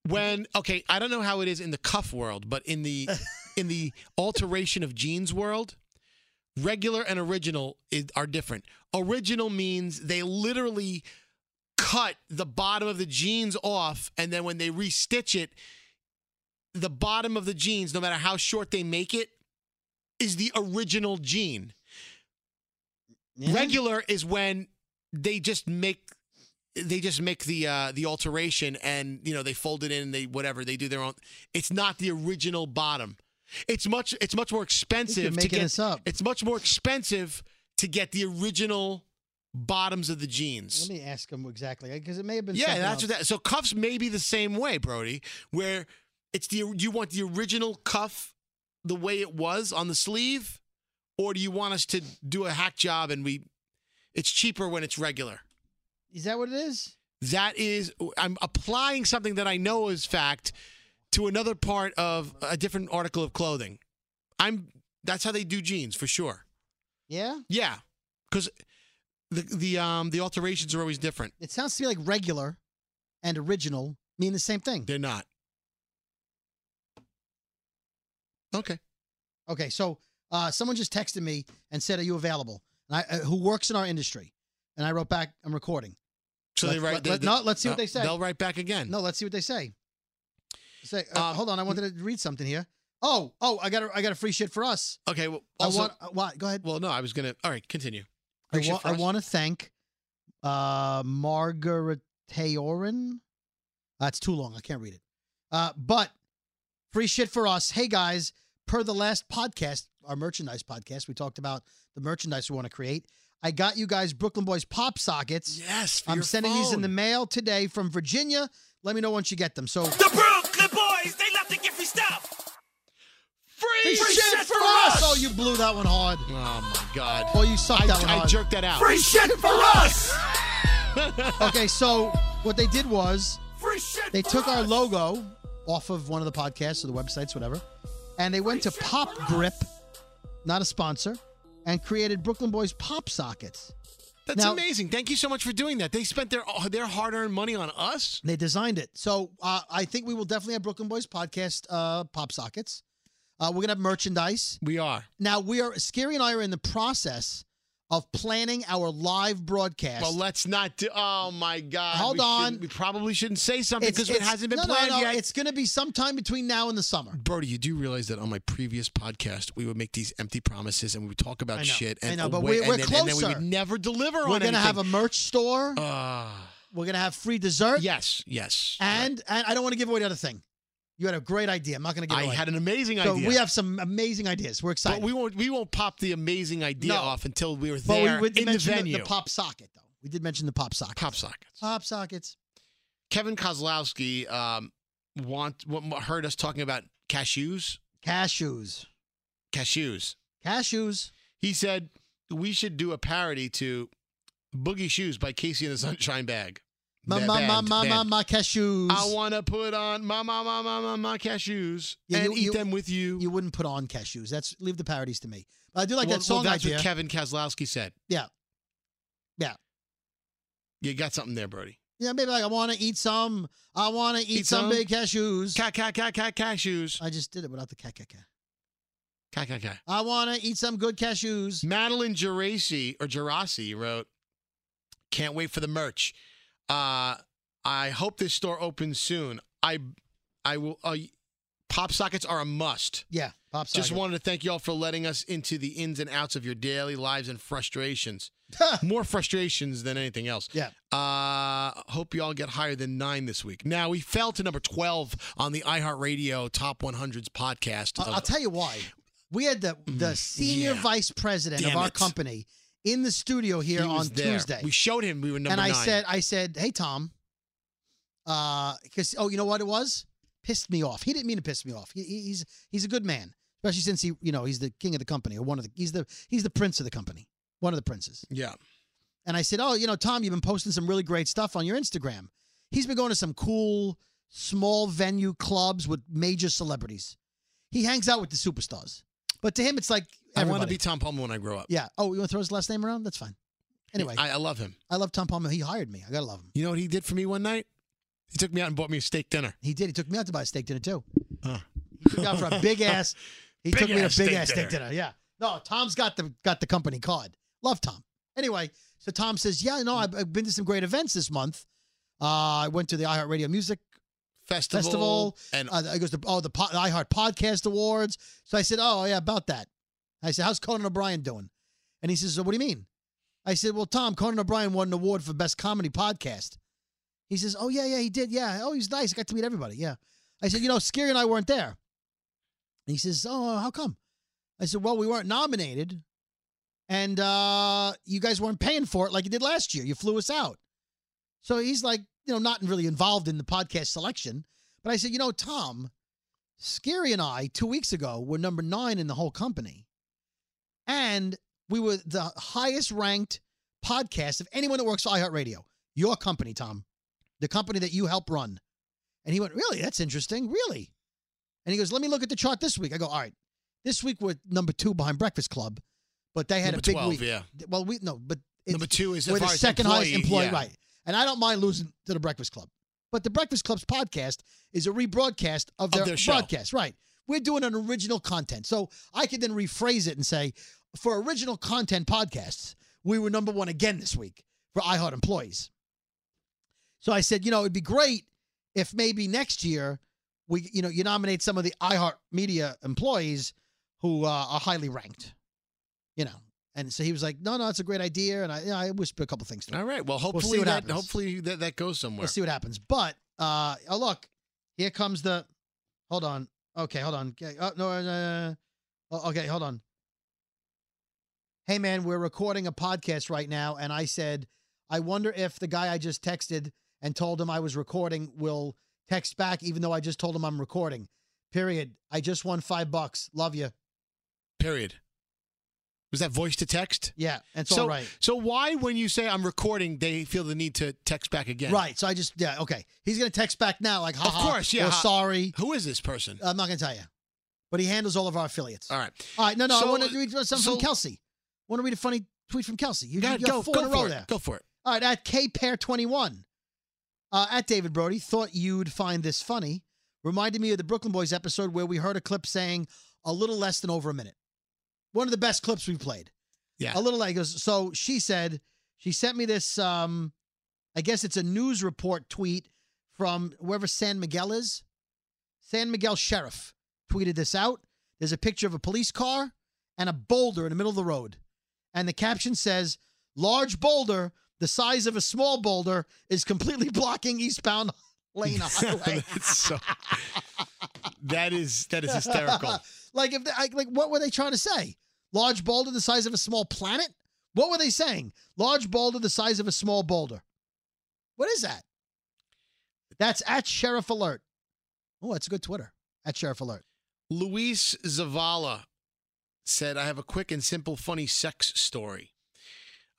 S3: When okay, I don't know how it is in the cuff world, but in the in the alteration of jeans world, regular and original is, are different. Original means they literally cut the bottom of the jeans off, and then when they restitch it, the bottom of the jeans, no matter how short they make it, is the original jean. Regular is when they just make they just make the uh, the alteration and you know they fold it in they whatever they do their own. It's not the original bottom. It's much it's much more expensive to
S4: making
S3: get
S4: this up.
S3: It's much more expensive to get the original bottoms of the jeans.
S4: Let me ask him exactly because it may have been.
S3: Yeah,
S4: something
S3: that's
S4: else.
S3: what that. So cuffs may be the same way, Brody, where It's the you want the original cuff the way it was on the sleeve, or do you want us to do a hack job and we? It's cheaper when it's regular.
S4: Is that what it is?
S3: That is, I'm applying something that I know is fact to another part of a different article of clothing. I'm that's how they do jeans for sure.
S4: Yeah.
S3: Yeah, because the the um the alterations are always different.
S4: It sounds to me like regular and original mean the same thing.
S3: They're not. Okay.
S4: Okay. So uh, someone just texted me and said, "Are you available?" And I, uh, who works in our industry, and I wrote back, "I'm recording."
S3: So they
S4: Let's-
S3: write-
S4: Let,
S3: they-
S4: let-
S3: they-
S4: no, let's see what
S3: no,
S4: they say.
S3: they'll write back again. Um,
S4: No, let's see what they say. Say, uh, hold on. I wanted to read something here. Oh, oh, I got, a, I got a free shit for us.
S3: Okay. Well,
S4: I
S3: also,
S4: want- why? uh, Go ahead.
S3: Well, no, I was gonna. All right, continue.
S4: I,
S3: Appreciate
S4: wa-
S3: for
S4: I
S3: us.
S4: want to thank uh, Margaret Tayorin. That's too long. I can't read it. Uh, but free shit for us. Hey guys, per the last podcast, our merchandise podcast, we talked about the merchandise we want to create. I got you guys Brooklyn Boys pop sockets.
S3: Yes, for
S4: I'm
S3: your
S4: sending these in
S3: phone.
S4: the mail today from Virginia. Let me know once you get them. So
S2: Brooklyn boys, they love to get free stuff.
S3: Free,
S4: shit, for us! Oh, you blew that one hard.
S3: Oh my god.
S4: Oh, you sucked
S3: I,
S4: that one
S3: I
S4: hard.
S3: jerked that out.
S2: Free shit for us!
S4: okay, so what they did was
S2: Free shit
S4: they
S2: for
S4: took our
S2: us!
S4: logo off of one of the podcasts or the websites, whatever, and they went to Pop Grip, not a sponsor, and created Brooklyn Boys Pop Sockets.
S3: That's
S4: Now-
S3: amazing. Thank you so much for doing that. They spent their uh, their hard earned money on us.
S4: They designed it. So uh, I think we will definitely have Brooklyn Boys Podcast uh, Pop Sockets. Uh, we're going to have merchandise.
S3: We are.
S4: Now, we are, Scary and I are in the process of planning our live broadcast.
S3: Well, let's not do. Oh my god.
S4: Hold
S3: we shouldn't-
S4: on.
S3: We probably shouldn't say something
S4: It's-
S3: because it
S4: it's-
S3: hasn't been
S4: no, no,
S3: planned
S4: no,
S3: yet.
S4: It's going to be sometime between now and the summer.
S3: Brody, you do realize that on my previous podcast, we would make these empty promises and we would talk about
S4: I know.
S3: shit. And
S4: I know, but
S3: away-
S4: we're- we're
S3: and then, and then we
S4: closer.
S3: would never deliver on
S4: We're going to have a
S3: anything.
S4: merch store.
S3: Ah,
S4: We're gonna have free dessert.
S3: yes, yes.
S4: And and I don't want to give away the other thing. You had a great idea. I'm not gonna give
S3: I
S4: it away.
S3: had an amazing
S4: so
S3: idea.
S4: we have some amazing ideas. We're
S3: but
S4: excited.
S3: we won't we won't pop the amazing idea
S4: No.
S3: off until we were
S4: But
S3: there
S4: would
S3: in the
S4: mention
S3: venue.
S4: The, pop socket though. We did mention the pop socket.
S3: Pop socket.
S4: Pop sockets.
S3: Kevin Kozlowski um, want what, heard us talking about cashews.
S4: Cashews.
S3: Cashews.
S4: Cashews.
S3: He said we should do a parody to "Boogie Shoes" by Casey and the Sunshine Bag.
S4: Ma
S3: Ba-
S4: ma
S3: band,
S4: ma ma ma
S3: band.
S4: ma cashews.
S3: I wanna put on my my my my my, my cashews
S4: Yeah,
S3: and
S4: you-
S3: eat
S4: you-
S3: them with you.
S4: You wouldn't put on cashews. That's leave the parodies to me. But I do like
S3: well,
S4: that song
S3: well, that's
S4: idea.
S3: what Kevin Kozlowski said.
S4: yeah. Yeah.
S3: You got something there, Brody.
S4: Yeah, maybe like I wanna eat some. I wanna eat,
S3: Eat
S4: some,
S3: some?
S4: big cashews.
S3: Ca ca ca ca cashews.
S4: I just did it without the ca ca ca.
S3: Ca ca ca.
S4: I wanna eat some good cashews.
S3: Madeline Gerasi or Gerasi wrote, "Can't wait for the merch. Uh, I hope this store opens soon. I, I will. Uh, pop sockets are a must.
S4: Yeah, pop socket.
S3: Just wanted to thank y'all for letting us into the ins and outs of your daily lives and frustrations. More frustrations than anything else.
S4: Yeah.
S3: Uh, hope y'all get higher than nine this week. Now we fell to number twelve on the iHeartRadio Top 100s podcast.
S4: I-
S3: of-
S4: Uh,
S3: Mm,
S4: I'll tell you why. We had the the senior
S3: yeah.
S4: vice president
S3: Damn
S4: of our
S3: it.
S4: company in the studio
S3: He
S4: here
S3: was
S4: on
S3: there.
S4: Tuesday,
S3: We showed him we were number
S4: and I
S3: nine.
S4: said, I said, hey Tom, uh, because oh, you know what it was? Pissed me off. He didn't mean to piss me off. He, he- he's he's a good man, especially since he you know he's the king of the company or one of the he's the he's the prince of the company, one of the princes.
S3: yeah.
S4: And I said, oh, you know Tom, you've been posting some really great stuff on your Instagram. He's been going to some cool small venue clubs with major celebrities. He hangs out with the superstars. But to him, it's like
S3: I want to
S4: everybody.
S3: be Tom Palmer when I grow up.
S4: yeah. Oh, you want to throw his last name around? That's fine. Anyway, I,
S3: I, I love him.
S4: love Tom Palmer. He hired me. I gotta love him.
S3: You know what he did for me one night? He took me out and bought me a steak dinner.
S4: He did. He took me out to buy a steak dinner too.
S3: Huh.
S4: He took me out for a big ass. He
S3: Big
S4: took me to a
S3: ass
S4: big
S3: steak
S4: ass steak
S3: dinner.
S4: dinner. Yeah. No, Tom's got the got the company card. Love Tom. Anyway, so Tom says, "Yeah, no, I've, I've been to some great events this month. Uh, I went to the iHeartRadio Music Festival.
S3: Festival, and
S4: uh, it goes to oh the, po- the iHeart Podcast Awards. So I said, oh yeah, about that. I said, how's Conan O'Brien doing? And he says, so what do you mean? I said, well, Tom, Conan O'Brien won an award for best comedy podcast. He says, oh yeah, yeah, he did, yeah. Oh, he's nice. I got to meet everybody. Yeah. I said, you know, Scary and I weren't there. And he says, oh, how come? I said, well, we weren't nominated, and uh, you guys weren't paying for it like you did last year. You flew us out. So he's like, you know, not really involved in the podcast selection. But I said, you know, Tom, Scary and I, two weeks ago, were number nine in the whole company. And we were the highest ranked podcast of anyone that works for iHeartRadio. Your company, Tom. The company that you help run. And he went, Really? That's interesting. Really? And he goes, Let me look at the chart this week. I go, All right. This week we're number two behind Breakfast Club, but they had
S3: Number
S4: a big
S3: 12,
S4: week.
S3: yeah.
S4: Well, we no, but it's-
S3: Number two is as
S4: we're the
S3: far as
S4: second highest
S3: employee,
S4: employee,
S3: yeah.
S4: right? And I don't mind losing to the Breakfast Club, but the Breakfast Club's podcast is a rebroadcast of
S3: Of
S4: their,
S3: their show.
S4: broadcast, right? We're doing an original content, so I could then rephrase it and say, for original content podcasts, we were number one again this week for iHeart employees. So I said, you know, it'd be great if maybe next year we, you know, you nominate some of the iHeart Media employees who uh, are highly ranked, you know. And so he was like, no, no, it's a great idea, and I, you know, I whispered a couple things to him.
S3: All right. Well,
S4: We'll see
S3: hopefully
S4: what
S3: that
S4: happens.
S3: hopefully that, that goes somewhere.
S4: We'll see what happens. But uh, oh look, here comes the. Hold on. Okay, hold on. Okay, Oh no. Uh, oh, okay, hold on. Hey man, we're recording a podcast right now, and I said, I wonder if the guy I just texted and told him I was recording will text back, even though I just told him I'm recording. Period. I just won five bucks. Love you.
S3: Period. Was that voice to text?
S4: Yeah, that's
S3: so,
S4: all right.
S3: So why, when you say I'm recording, they feel the need to text back again?
S4: Right. So I just yeah okay. He's gonna text back now like
S3: Of
S4: haha,
S3: course, yeah.
S4: or sorry.
S3: Who is this person?
S4: I'm not gonna tell you, but he handles all of our affiliates.
S3: All right.
S4: All right, no, no.
S3: So,
S4: I want
S3: uh,
S4: to read something
S3: so-
S4: from Kelsey. want to read a funny tweet from Kelsey. You,
S3: Yeah,
S4: you got
S3: go-
S4: four
S3: go
S4: in a row
S3: for it.
S4: there.
S3: Go for it.
S4: All right, at KPair21, uh, at David Brody, thought you'd find this funny. Reminded me of the Brooklyn Boys episode where we heard a clip saying a little less than over a minute. One of the best clips we've played.
S3: Yeah.
S4: A little like, so she said, she sent me this, um, I guess it's a news report tweet from whoever San Miguel is. San Miguel Sheriff tweeted this out. There's a picture of a police car and a boulder in the middle of the road. And the caption says, Large boulder, the size of a small boulder, is completely blocking eastbound lane highway.
S3: That's so- that is that is hysterical.
S4: like if they, like like, what were they trying to say? Large boulder the size of a small planet? What were they saying? Large boulder the size of a small boulder. What is that? That's at Sheriff Alert. Oh, that's a good Twitter. At Sheriff Alert.
S3: Luis Zavala said, "I have a quick and simple, funny sex story."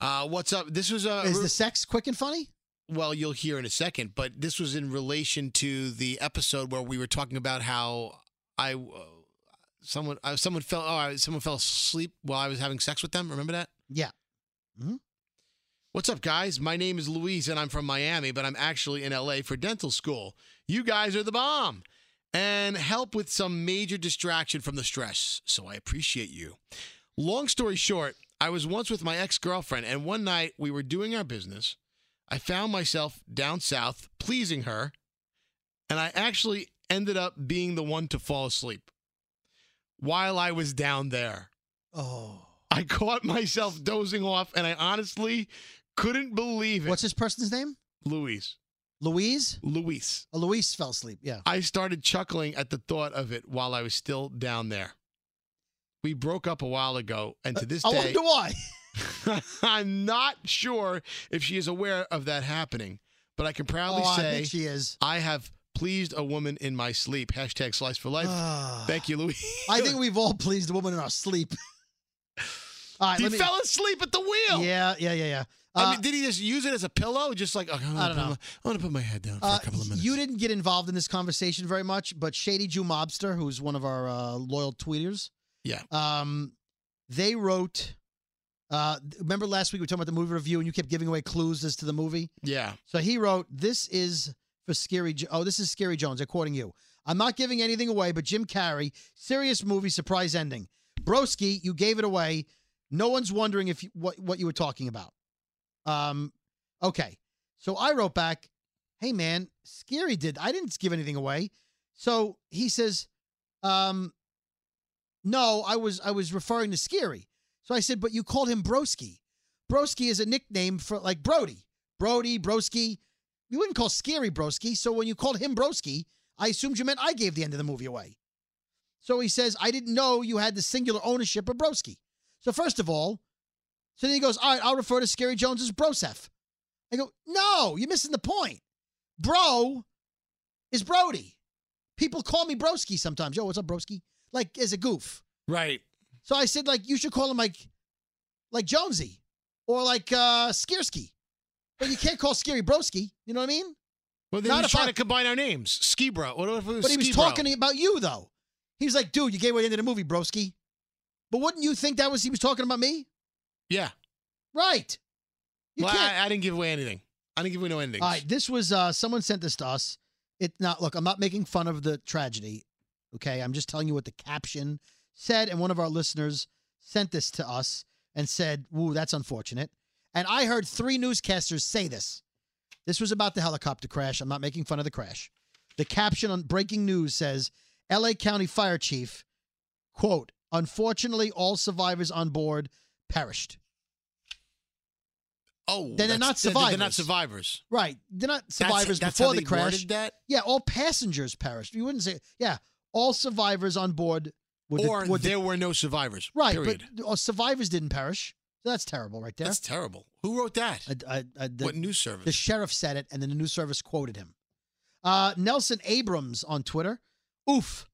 S3: Uh, what's up? This was a
S4: Is the sex quick and funny?
S3: well, you'll hear in a second, but this was in relation to the episode where we were talking about how I uh, someone uh, someone fell oh I, someone fell asleep while I was having sex with them. Remember that?
S4: Yeah.
S3: What's up, guys? My name is Luis, and I'm from Miami, but I'm actually in LA for dental school. You guys are the bomb and help with some major distraction from the stress, so I appreciate you. Long story short, I was once with my ex girlfriend, and one night we were doing our business. I found myself down south pleasing her, and I actually ended up being the one to fall asleep while I was down there.
S4: Oh.
S3: I caught myself dozing off, and I honestly couldn't believe it.
S4: What's this person's name?
S3: Louise.
S4: Louise?
S3: Luis.
S4: Oh, Luis fell asleep. Yeah.
S3: I started chuckling at the thought of it while I was still down there. We broke up a while ago, and to this
S4: Uh, I
S3: day,
S4: wonder why.
S3: I'm not sure if she is aware of that happening, but I can proudly
S4: Oh, I
S3: say
S4: bet she is.
S3: I have pleased a woman in my sleep. Hashtag slice for life. Thank you, Louise.
S4: Ah. I think we've all pleased a woman in our sleep. all right,
S3: he
S4: let me,
S3: fell asleep at the wheel.
S4: Yeah, yeah, yeah, yeah.
S3: I
S4: Uh,
S3: mean, did he just use it as a pillow? Just like, okay, I'm gonna
S4: I don't
S3: put
S4: know.
S3: My, I'm going to put my head down for
S4: Uh,
S3: a couple of minutes.
S4: You didn't get involved in this conversation very much, but Shady Jew Mobster, who's one of our uh, loyal tweeters,
S3: Yeah.
S4: um, they wrote. Uh, remember last week we were talking about the movie review, and you kept giving away clues as to the movie.
S3: Yeah.
S4: So he wrote, "This is for Scary. Jo- oh, this is Scary Jones. They're quoting you. I'm not giving anything away, but Jim Carrey, serious movie, surprise ending. Broski, you gave it away. No one's wondering if you, what what you were talking about. Um, okay. So I wrote back, "Hey man, Scary did. I didn't give anything away." So he says, um, "No, I was I was referring to Scary." So I said, "But you called him Broski. Broski is a nickname for like Brody, Brody, Broski. You wouldn't call Scary Broski. So when you called him Broski, I assumed you meant I gave the end of the movie away." So he says, "I didn't know you had the singular ownership of Broski." So first of all, so then he goes, "All right, I'll refer to Scary Jones as Brosef." I go, "No, you're missing the point. Bro is Brody. People call me broski sometimes. Yo, what's up, broski? Like as a goof.
S10: Right.
S4: So I said, like, you should call him like like Jonesy or like uh Skierski. But you can't call Scary Broski. You know what I mean?
S3: Well, then he's trying to combine our names. Ski bro. What if it was
S4: But he was
S3: Ski Bro?
S4: talking about you though. He was like, dude, you gave away the end of the movie, broski. But wouldn't you think that was he was talking about me?
S3: Yeah.
S4: Right. You
S3: Well,
S4: can't
S3: I, I didn't give away anything. I didn't give away no endings.
S4: All right, this was uh, someone sent this to us. It not look. I'm not making fun of the tragedy. Okay, I'm just telling you what the caption said, and one of our listeners sent this to us and said, "Ooh, that's unfortunate." And I heard three newscasters say this. This was about the helicopter crash. I'm not making fun of the crash. The caption on breaking news says, "L.A. County Fire Chief, quote, unfortunately, all survivors on board perished."
S3: Oh,
S4: Then they're
S3: that's-
S4: not
S3: They're not
S4: survivors.
S3: survivors.
S4: Right. They're not
S3: That's-
S4: survivors
S3: that's
S4: before
S3: how
S4: the
S3: they
S4: crash.
S3: worded that?
S4: Yeah, all passengers perished. You wouldn't say, yeah, all survivors on board were de-
S3: or
S4: were de-
S3: there were no survivors.
S4: right,
S3: Period.
S4: but uh, survivors didn't perish. So that's terrible, right there.
S3: That's terrible. Who wrote that?
S4: the-
S3: what news service?
S4: The sheriff said it, and then the news service quoted him. Uh, Nelson Abrams on Twitter. Oof.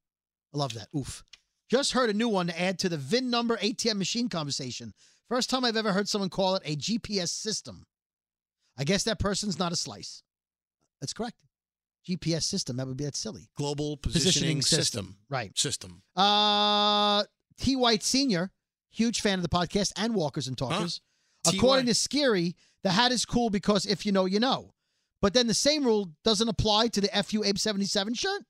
S4: I love that. Oof. Just heard a new one to add to the VIN number ATM machine conversation. First time I've ever heard someone call it a GPS system. I guess that person's not a slice. That's correct. GPS system. That would be that's silly.
S3: Global
S4: Positioning
S3: positioning,
S4: system.
S3: system.
S4: Right.
S3: System.
S4: Uh, T. White Sr., huge fan of the podcast and Walkers and Talkers.
S3: Huh? T.
S4: According
S3: White.
S4: to Scary, the hat is cool because if you know, you know. But then the same rule doesn't apply to the FU Abe 77 shirt.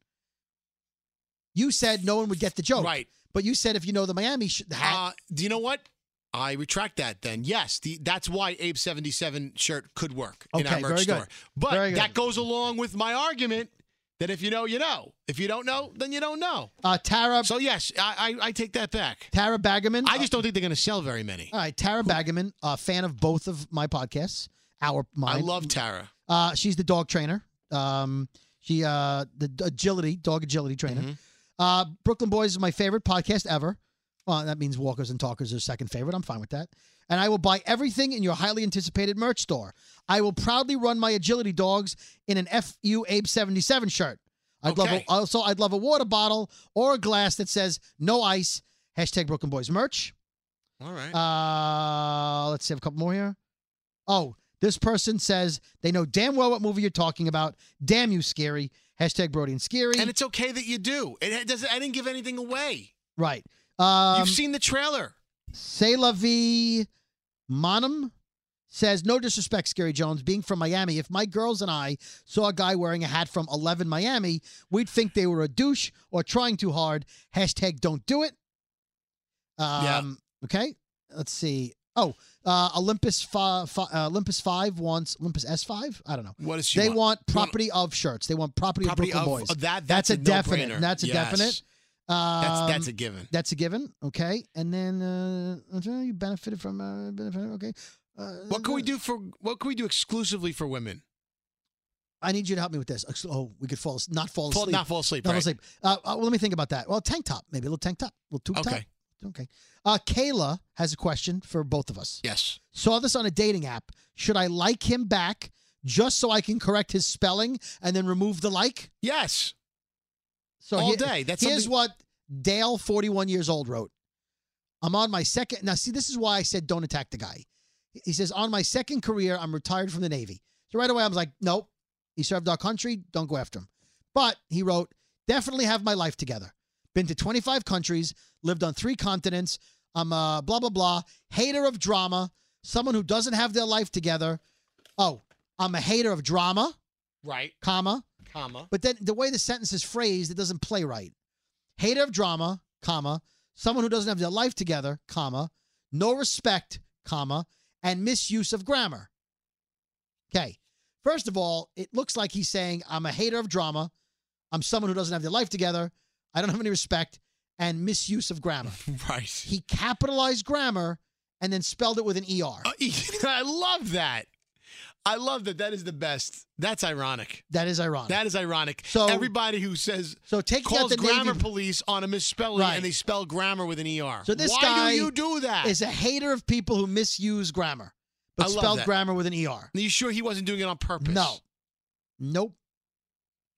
S4: You said no one would get the joke.
S3: Right.
S4: But you said if you know the Miami sh- the hat.
S3: Uh, do you know what? I retract that then. Yes, the, that's why Abe 77 shirt could work in our
S4: Okay,
S3: merch
S4: very good.
S3: store. But
S4: Very good.
S3: that goes along with my argument that if you know, you know. If you don't know, then you don't know.
S4: Uh, Tara
S3: So, yes, I, I, I take that back.
S4: Tara Baggerman.
S3: I just don't think they're going to sell very many.
S4: All right, Tara Baggerman, a fan of both of my podcasts, our mine.
S3: I love Tara.
S4: Uh, she's the dog trainer. Um, she uh the d- agility dog agility trainer. Uh, Brooklyn Boys is my favorite podcast ever. Well, that means Walkers and Talkers are second favorite. I'm fine with that. And I will buy everything in your highly anticipated merch store. I will proudly run my agility dogs in an FU Abe 77 shirt. I'd love
S3: Okay.
S4: a, also I'd love a water bottle or a glass that says no ice. Hashtag Brooklyn Boys merch.
S3: All right.
S4: Uh, let's see, have a couple more here. Oh, this person says they know damn well what movie you're talking about. Damn you, scary. Hashtag Brody and Scary.
S3: and it's okay that you do. It doesn't. I didn't give anything away.
S4: right. Um,
S3: You've seen the trailer.
S4: C'est la vie. Monum says, no disrespect, Scary Jones, being from Miami. If my girls and I saw a guy wearing a hat from 11 Miami, we'd think they were a douche or trying too hard. Hashtag don't do it. Um, Okay. Let's see. Oh, uh, Olympus fi- fi- uh, Olympus Five wants Olympus S Five. I don't know.
S3: What does she
S4: They
S3: want?
S4: want
S3: You want-
S4: property of shirts. They want property,
S3: Property
S4: of Brooklyn
S3: of-
S4: Boys.
S3: of that-
S4: That's,
S3: that's
S4: a,
S3: a
S4: definite.
S3: no-brainer.
S4: That's a
S3: Yes.
S4: definite.
S3: That's that's a
S4: Um,
S3: given.
S4: that's a given. Okay. And then uh, you benefited from uh, benefited. Okay. Uh,
S3: What can we do for? What can we do exclusively for women?
S4: I need you to help me with this. Ex- Oh, we could fall as- not fall
S3: Fall-
S4: asleep.
S3: not fall asleep,
S4: Not fall
S3: right.
S4: asleep. Uh, uh, well, let me think about that. Well, tank top, maybe a little tank top, a little tube
S3: Okay.
S4: top. Okay. Uh, Kayla has a question for both of us.
S3: Yes.
S4: Saw this on a dating app. Should I like him back just so I can correct his spelling and then remove the like?
S3: Yes.
S4: So
S3: All
S4: here-
S3: day. That's
S4: here's
S3: something-
S4: what Dale, 41 years old, wrote. I'm on my second. Now, see, this is why I said don't attack the guy. He says, on my second career, I'm retired from the Navy. So right away, I was like, nope. He served our country. Don't go after him. But he wrote, definitely have my life together. Been to 25 countries, lived on three continents. I'm a blah, blah, blah. Hater of drama. Someone who doesn't have their life together. Oh, I'm a hater of drama,
S3: Right.
S4: comma,
S3: Comma.
S4: but then the way the sentence is phrased, it doesn't play right. Hater of drama, comma, someone who doesn't have their life together, comma, no respect, comma, and misuse of grammar. Okay. First of all, it looks like he's saying, I'm a hater of drama. I'm someone who doesn't have their life together. I don't have any respect and misuse of grammar.
S3: Right.
S4: he capitalized grammar and then spelled it with an ER.
S3: I love that. I love that. That is the best. That's ironic.
S4: That is ironic.
S3: That is ironic.
S4: So-
S3: everybody who says
S4: so taking out
S3: calls
S4: the
S3: grammar
S4: Navy-
S3: police on a misspelling
S4: Right.
S3: and they spell grammar with an er.
S4: So this
S3: Why
S4: guy
S3: do you do that?
S4: is a hater of people who misuse grammar,
S3: I
S4: but
S3: love
S4: spelled
S3: that.
S4: grammar with an ER.
S3: Are you sure he wasn't doing it on purpose?
S4: No. Nope.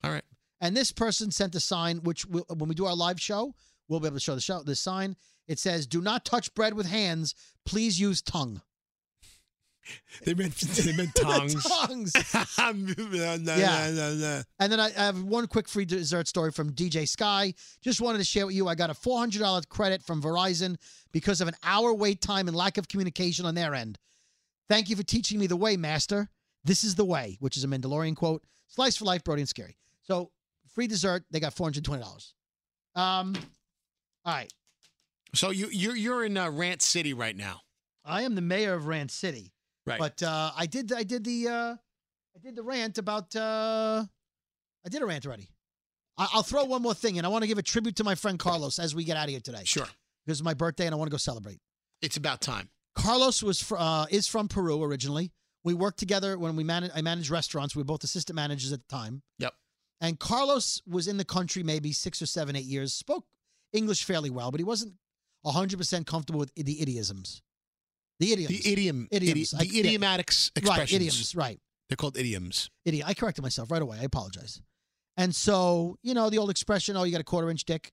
S3: All right.
S4: And this person sent a sign, which we, when we do our live show, we'll be able to show the show. This sign it says, "Do not touch bread with hands. Please use tongue."
S3: They meant they meant tongs.
S4: tongs.
S3: no, no,
S4: Yeah.
S3: no, no, no.
S4: And then I, I have one quick free dessert story from DJ Sky. Just wanted to share with you. I got a four hundred dollar credit from Verizon because of an hour wait time and lack of communication on their end. Thank you for teaching me the way, Master. This is the way, which is a Mandalorian quote. Slice for life, Brody and Scary. So free dessert. They got four hundred twenty dollars. Um, all right.
S3: So you you're you're in uh, Rant City right now.
S4: I am the mayor of Rand City.
S3: Right.
S4: But uh, I did I did the uh, I did the rant about uh, I did a rant already. I, I'll throw one more thing in. I want to give a tribute to my friend Carlos as we get out of here today.
S3: Sure.
S4: Because it's my birthday and I want to go celebrate.
S3: It's about time.
S4: Carlos was fr- uh, is from Peru originally. We worked together when we managed. I managed restaurants. We were both assistant managers at the time.
S3: Yep.
S4: And Carlos was in the country maybe six or seven, eight years. Spoke English fairly well, but he wasn't hundred percent comfortable with i- the idioms. The idioms.
S3: The idiom,
S4: Idioms.
S3: idi-
S4: I-
S3: the idiomatic s-
S4: Right.
S3: expressions.
S4: Idioms. Right.
S3: They're called idioms.
S4: Idiot. I corrected myself right away. I apologize. And so you know the old expression, "Oh, you got a quarter inch dick,"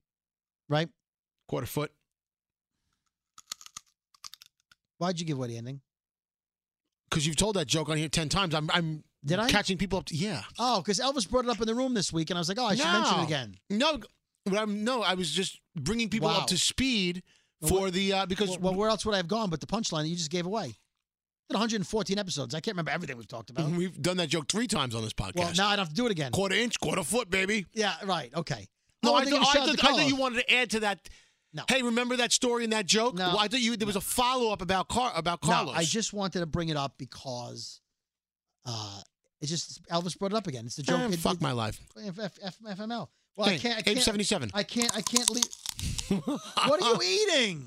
S4: right?
S3: Quarter foot.
S4: Why'd you give away the ending?
S3: Because you've told that joke on here ten times. I'm I'm
S4: Did I?
S3: catching people up. To, yeah.
S4: Oh, because Elvis brought it up in the room this week, and I was like, "Oh, I should mention it again."
S3: No, but I'm no. I was just bringing people
S4: Wow.
S3: up to speed for the uh, because
S4: well, well, where else would I have gone but the punchline that you just gave away? Did 114 episodes. I can't remember everything we've talked about.
S3: we've done that joke three times on this podcast.
S4: Well, now I'd have to do it again.
S3: quarter inch, quarter foot, baby.
S4: Yeah, right. Okay.
S3: No, I,
S4: wanted to
S3: thought,
S4: give a
S3: I,
S4: shout out
S3: thought,
S4: to
S3: I thought
S4: Carlos.
S3: you wanted to add to that.
S4: No.
S3: Hey, remember that story and that joke?
S4: No.
S3: Well, I thought you there was a follow up about Car about
S4: No,
S3: Carlos.
S4: I just wanted to bring it up because uh, it's just Elvis brought it up again. It's the joke.
S3: Eh,
S4: it-
S3: fuck
S4: it-
S3: my life.
S4: F- F- F- FML. Well, I
S3: Hey,
S4: can't. I
S3: Abe
S4: can't
S3: 77.
S4: I can't. I can't leave. what are you eating?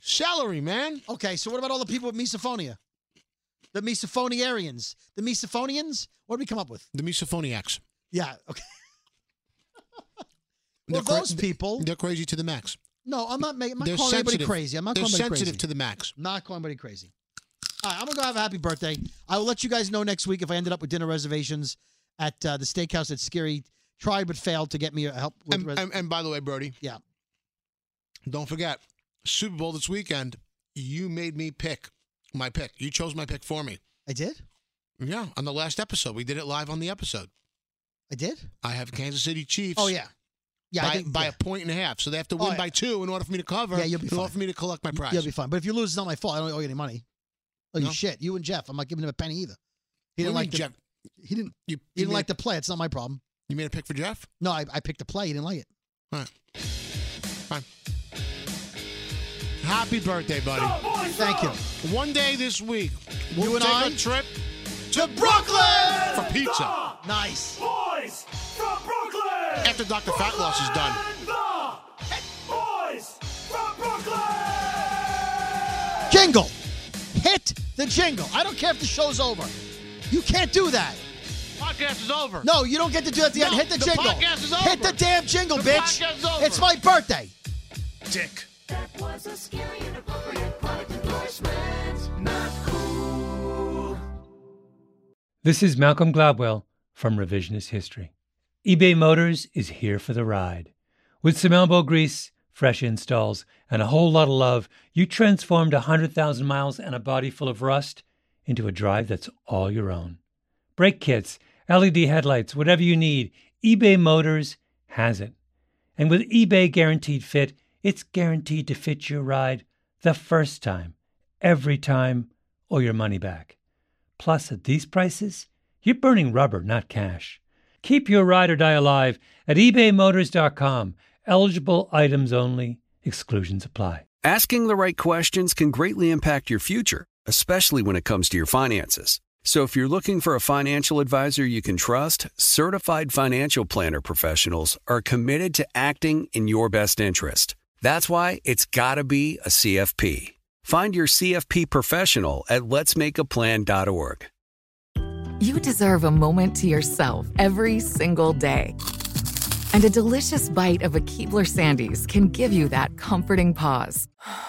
S3: Celery, man.
S4: Okay, so what about all the people with misophonia? The misophoniarians, the misophonians. What did we come up with?
S3: The misophoniacs.
S4: Yeah. Okay.
S3: They're
S4: well,
S3: cra-
S4: those people.
S3: They're crazy to the max.
S4: No, I'm not making. I'm
S3: They're
S4: not calling anybody
S3: sensitive.
S4: crazy. I'm not
S3: They're
S4: calling anybody
S3: sensitive
S4: crazy.
S3: to the max.
S4: I'm not calling anybody crazy. All right, I'm gonna go have a happy birthday. I will let you guys know next week if I ended up with dinner reservations at uh, the steakhouse at Scary. Tried but failed to get me a help with.
S3: And,
S4: res-
S3: and, and by the way, Brody,
S4: yeah,
S3: don't forget Super Bowl this weekend. You made me pick my pick. You chose my pick for me.
S4: I did.
S3: Yeah, on the last episode, we did it live on the episode.
S4: I did.
S3: I have Kansas City Chiefs.
S4: Oh yeah, yeah.
S3: by,
S4: I did,
S3: by
S4: yeah.
S3: a point and a half. So they have to
S4: Oh,
S3: win
S4: yeah.
S3: by two in order for me to cover.
S4: Yeah, you'll be
S3: in order
S4: fine.
S3: for me to collect my prize.
S4: You'll be fine. But if you lose, it's not my fault. I don't owe you any money. Oh, you
S3: No.
S4: shit. You and Jeff. I'm not giving him a penny either. He
S3: What do you
S4: didn't like
S3: mean,
S4: the,
S3: Jeff.
S4: He didn't.
S3: You,
S4: He
S3: you
S4: didn't
S3: made,
S4: like the play. It's not my problem.
S3: You made a pick for Jeff.
S4: No, I, I picked the play. He didn't like it.
S3: All right. Fine. Happy birthday, buddy.
S4: Thank you.
S3: One day this week, we'll
S4: You and
S3: take
S4: I?
S3: a trip to Brooklyn for pizza.
S4: Nice.
S13: Boys from Brooklyn!
S3: After Dr. Fat Loss is done.
S13: And the Boys from Brooklyn!
S4: Jingle. Hit the jingle. I don't care if the show's over. You can't do that.
S3: Podcast is over.
S4: No, you don't get to do that at the
S3: No,
S4: end. Hit the,
S3: the
S4: jingle.
S3: podcast is
S4: Hit the
S3: over.
S4: damn jingle,
S3: The
S4: bitch.
S3: podcast is over.
S4: It's my birthday.
S3: Dick.
S13: That was a scary and appropriate product endorsement. Not cool.
S14: This is Malcolm Gladwell from Revisionist History. eBay Motors is here for the ride. With some elbow grease, fresh installs, and a whole lot of love, you transformed 100,000 miles and a body full of rust into a drive that's all your own. Brake kits, LED headlights, whatever you need, eBay Motors has it. And with eBay Guaranteed Fit, it's guaranteed to fit your ride the first time, every time, or your money back. Plus, at these prices, you're burning rubber, not cash. Keep your ride or die alive at ebaymotors.com. Eligible items only, exclusions apply.
S15: Asking the right questions can greatly impact your future, especially when it comes to your finances. So if you're looking for a financial advisor you can trust, certified financial planner professionals are committed to acting in your best interest. That's why it's got to be a CFP. Find your CFP professional at letsmakeaplan.org.
S16: You deserve a moment to yourself every single day. And a delicious bite of a Keebler Sandies can give you that comforting pause.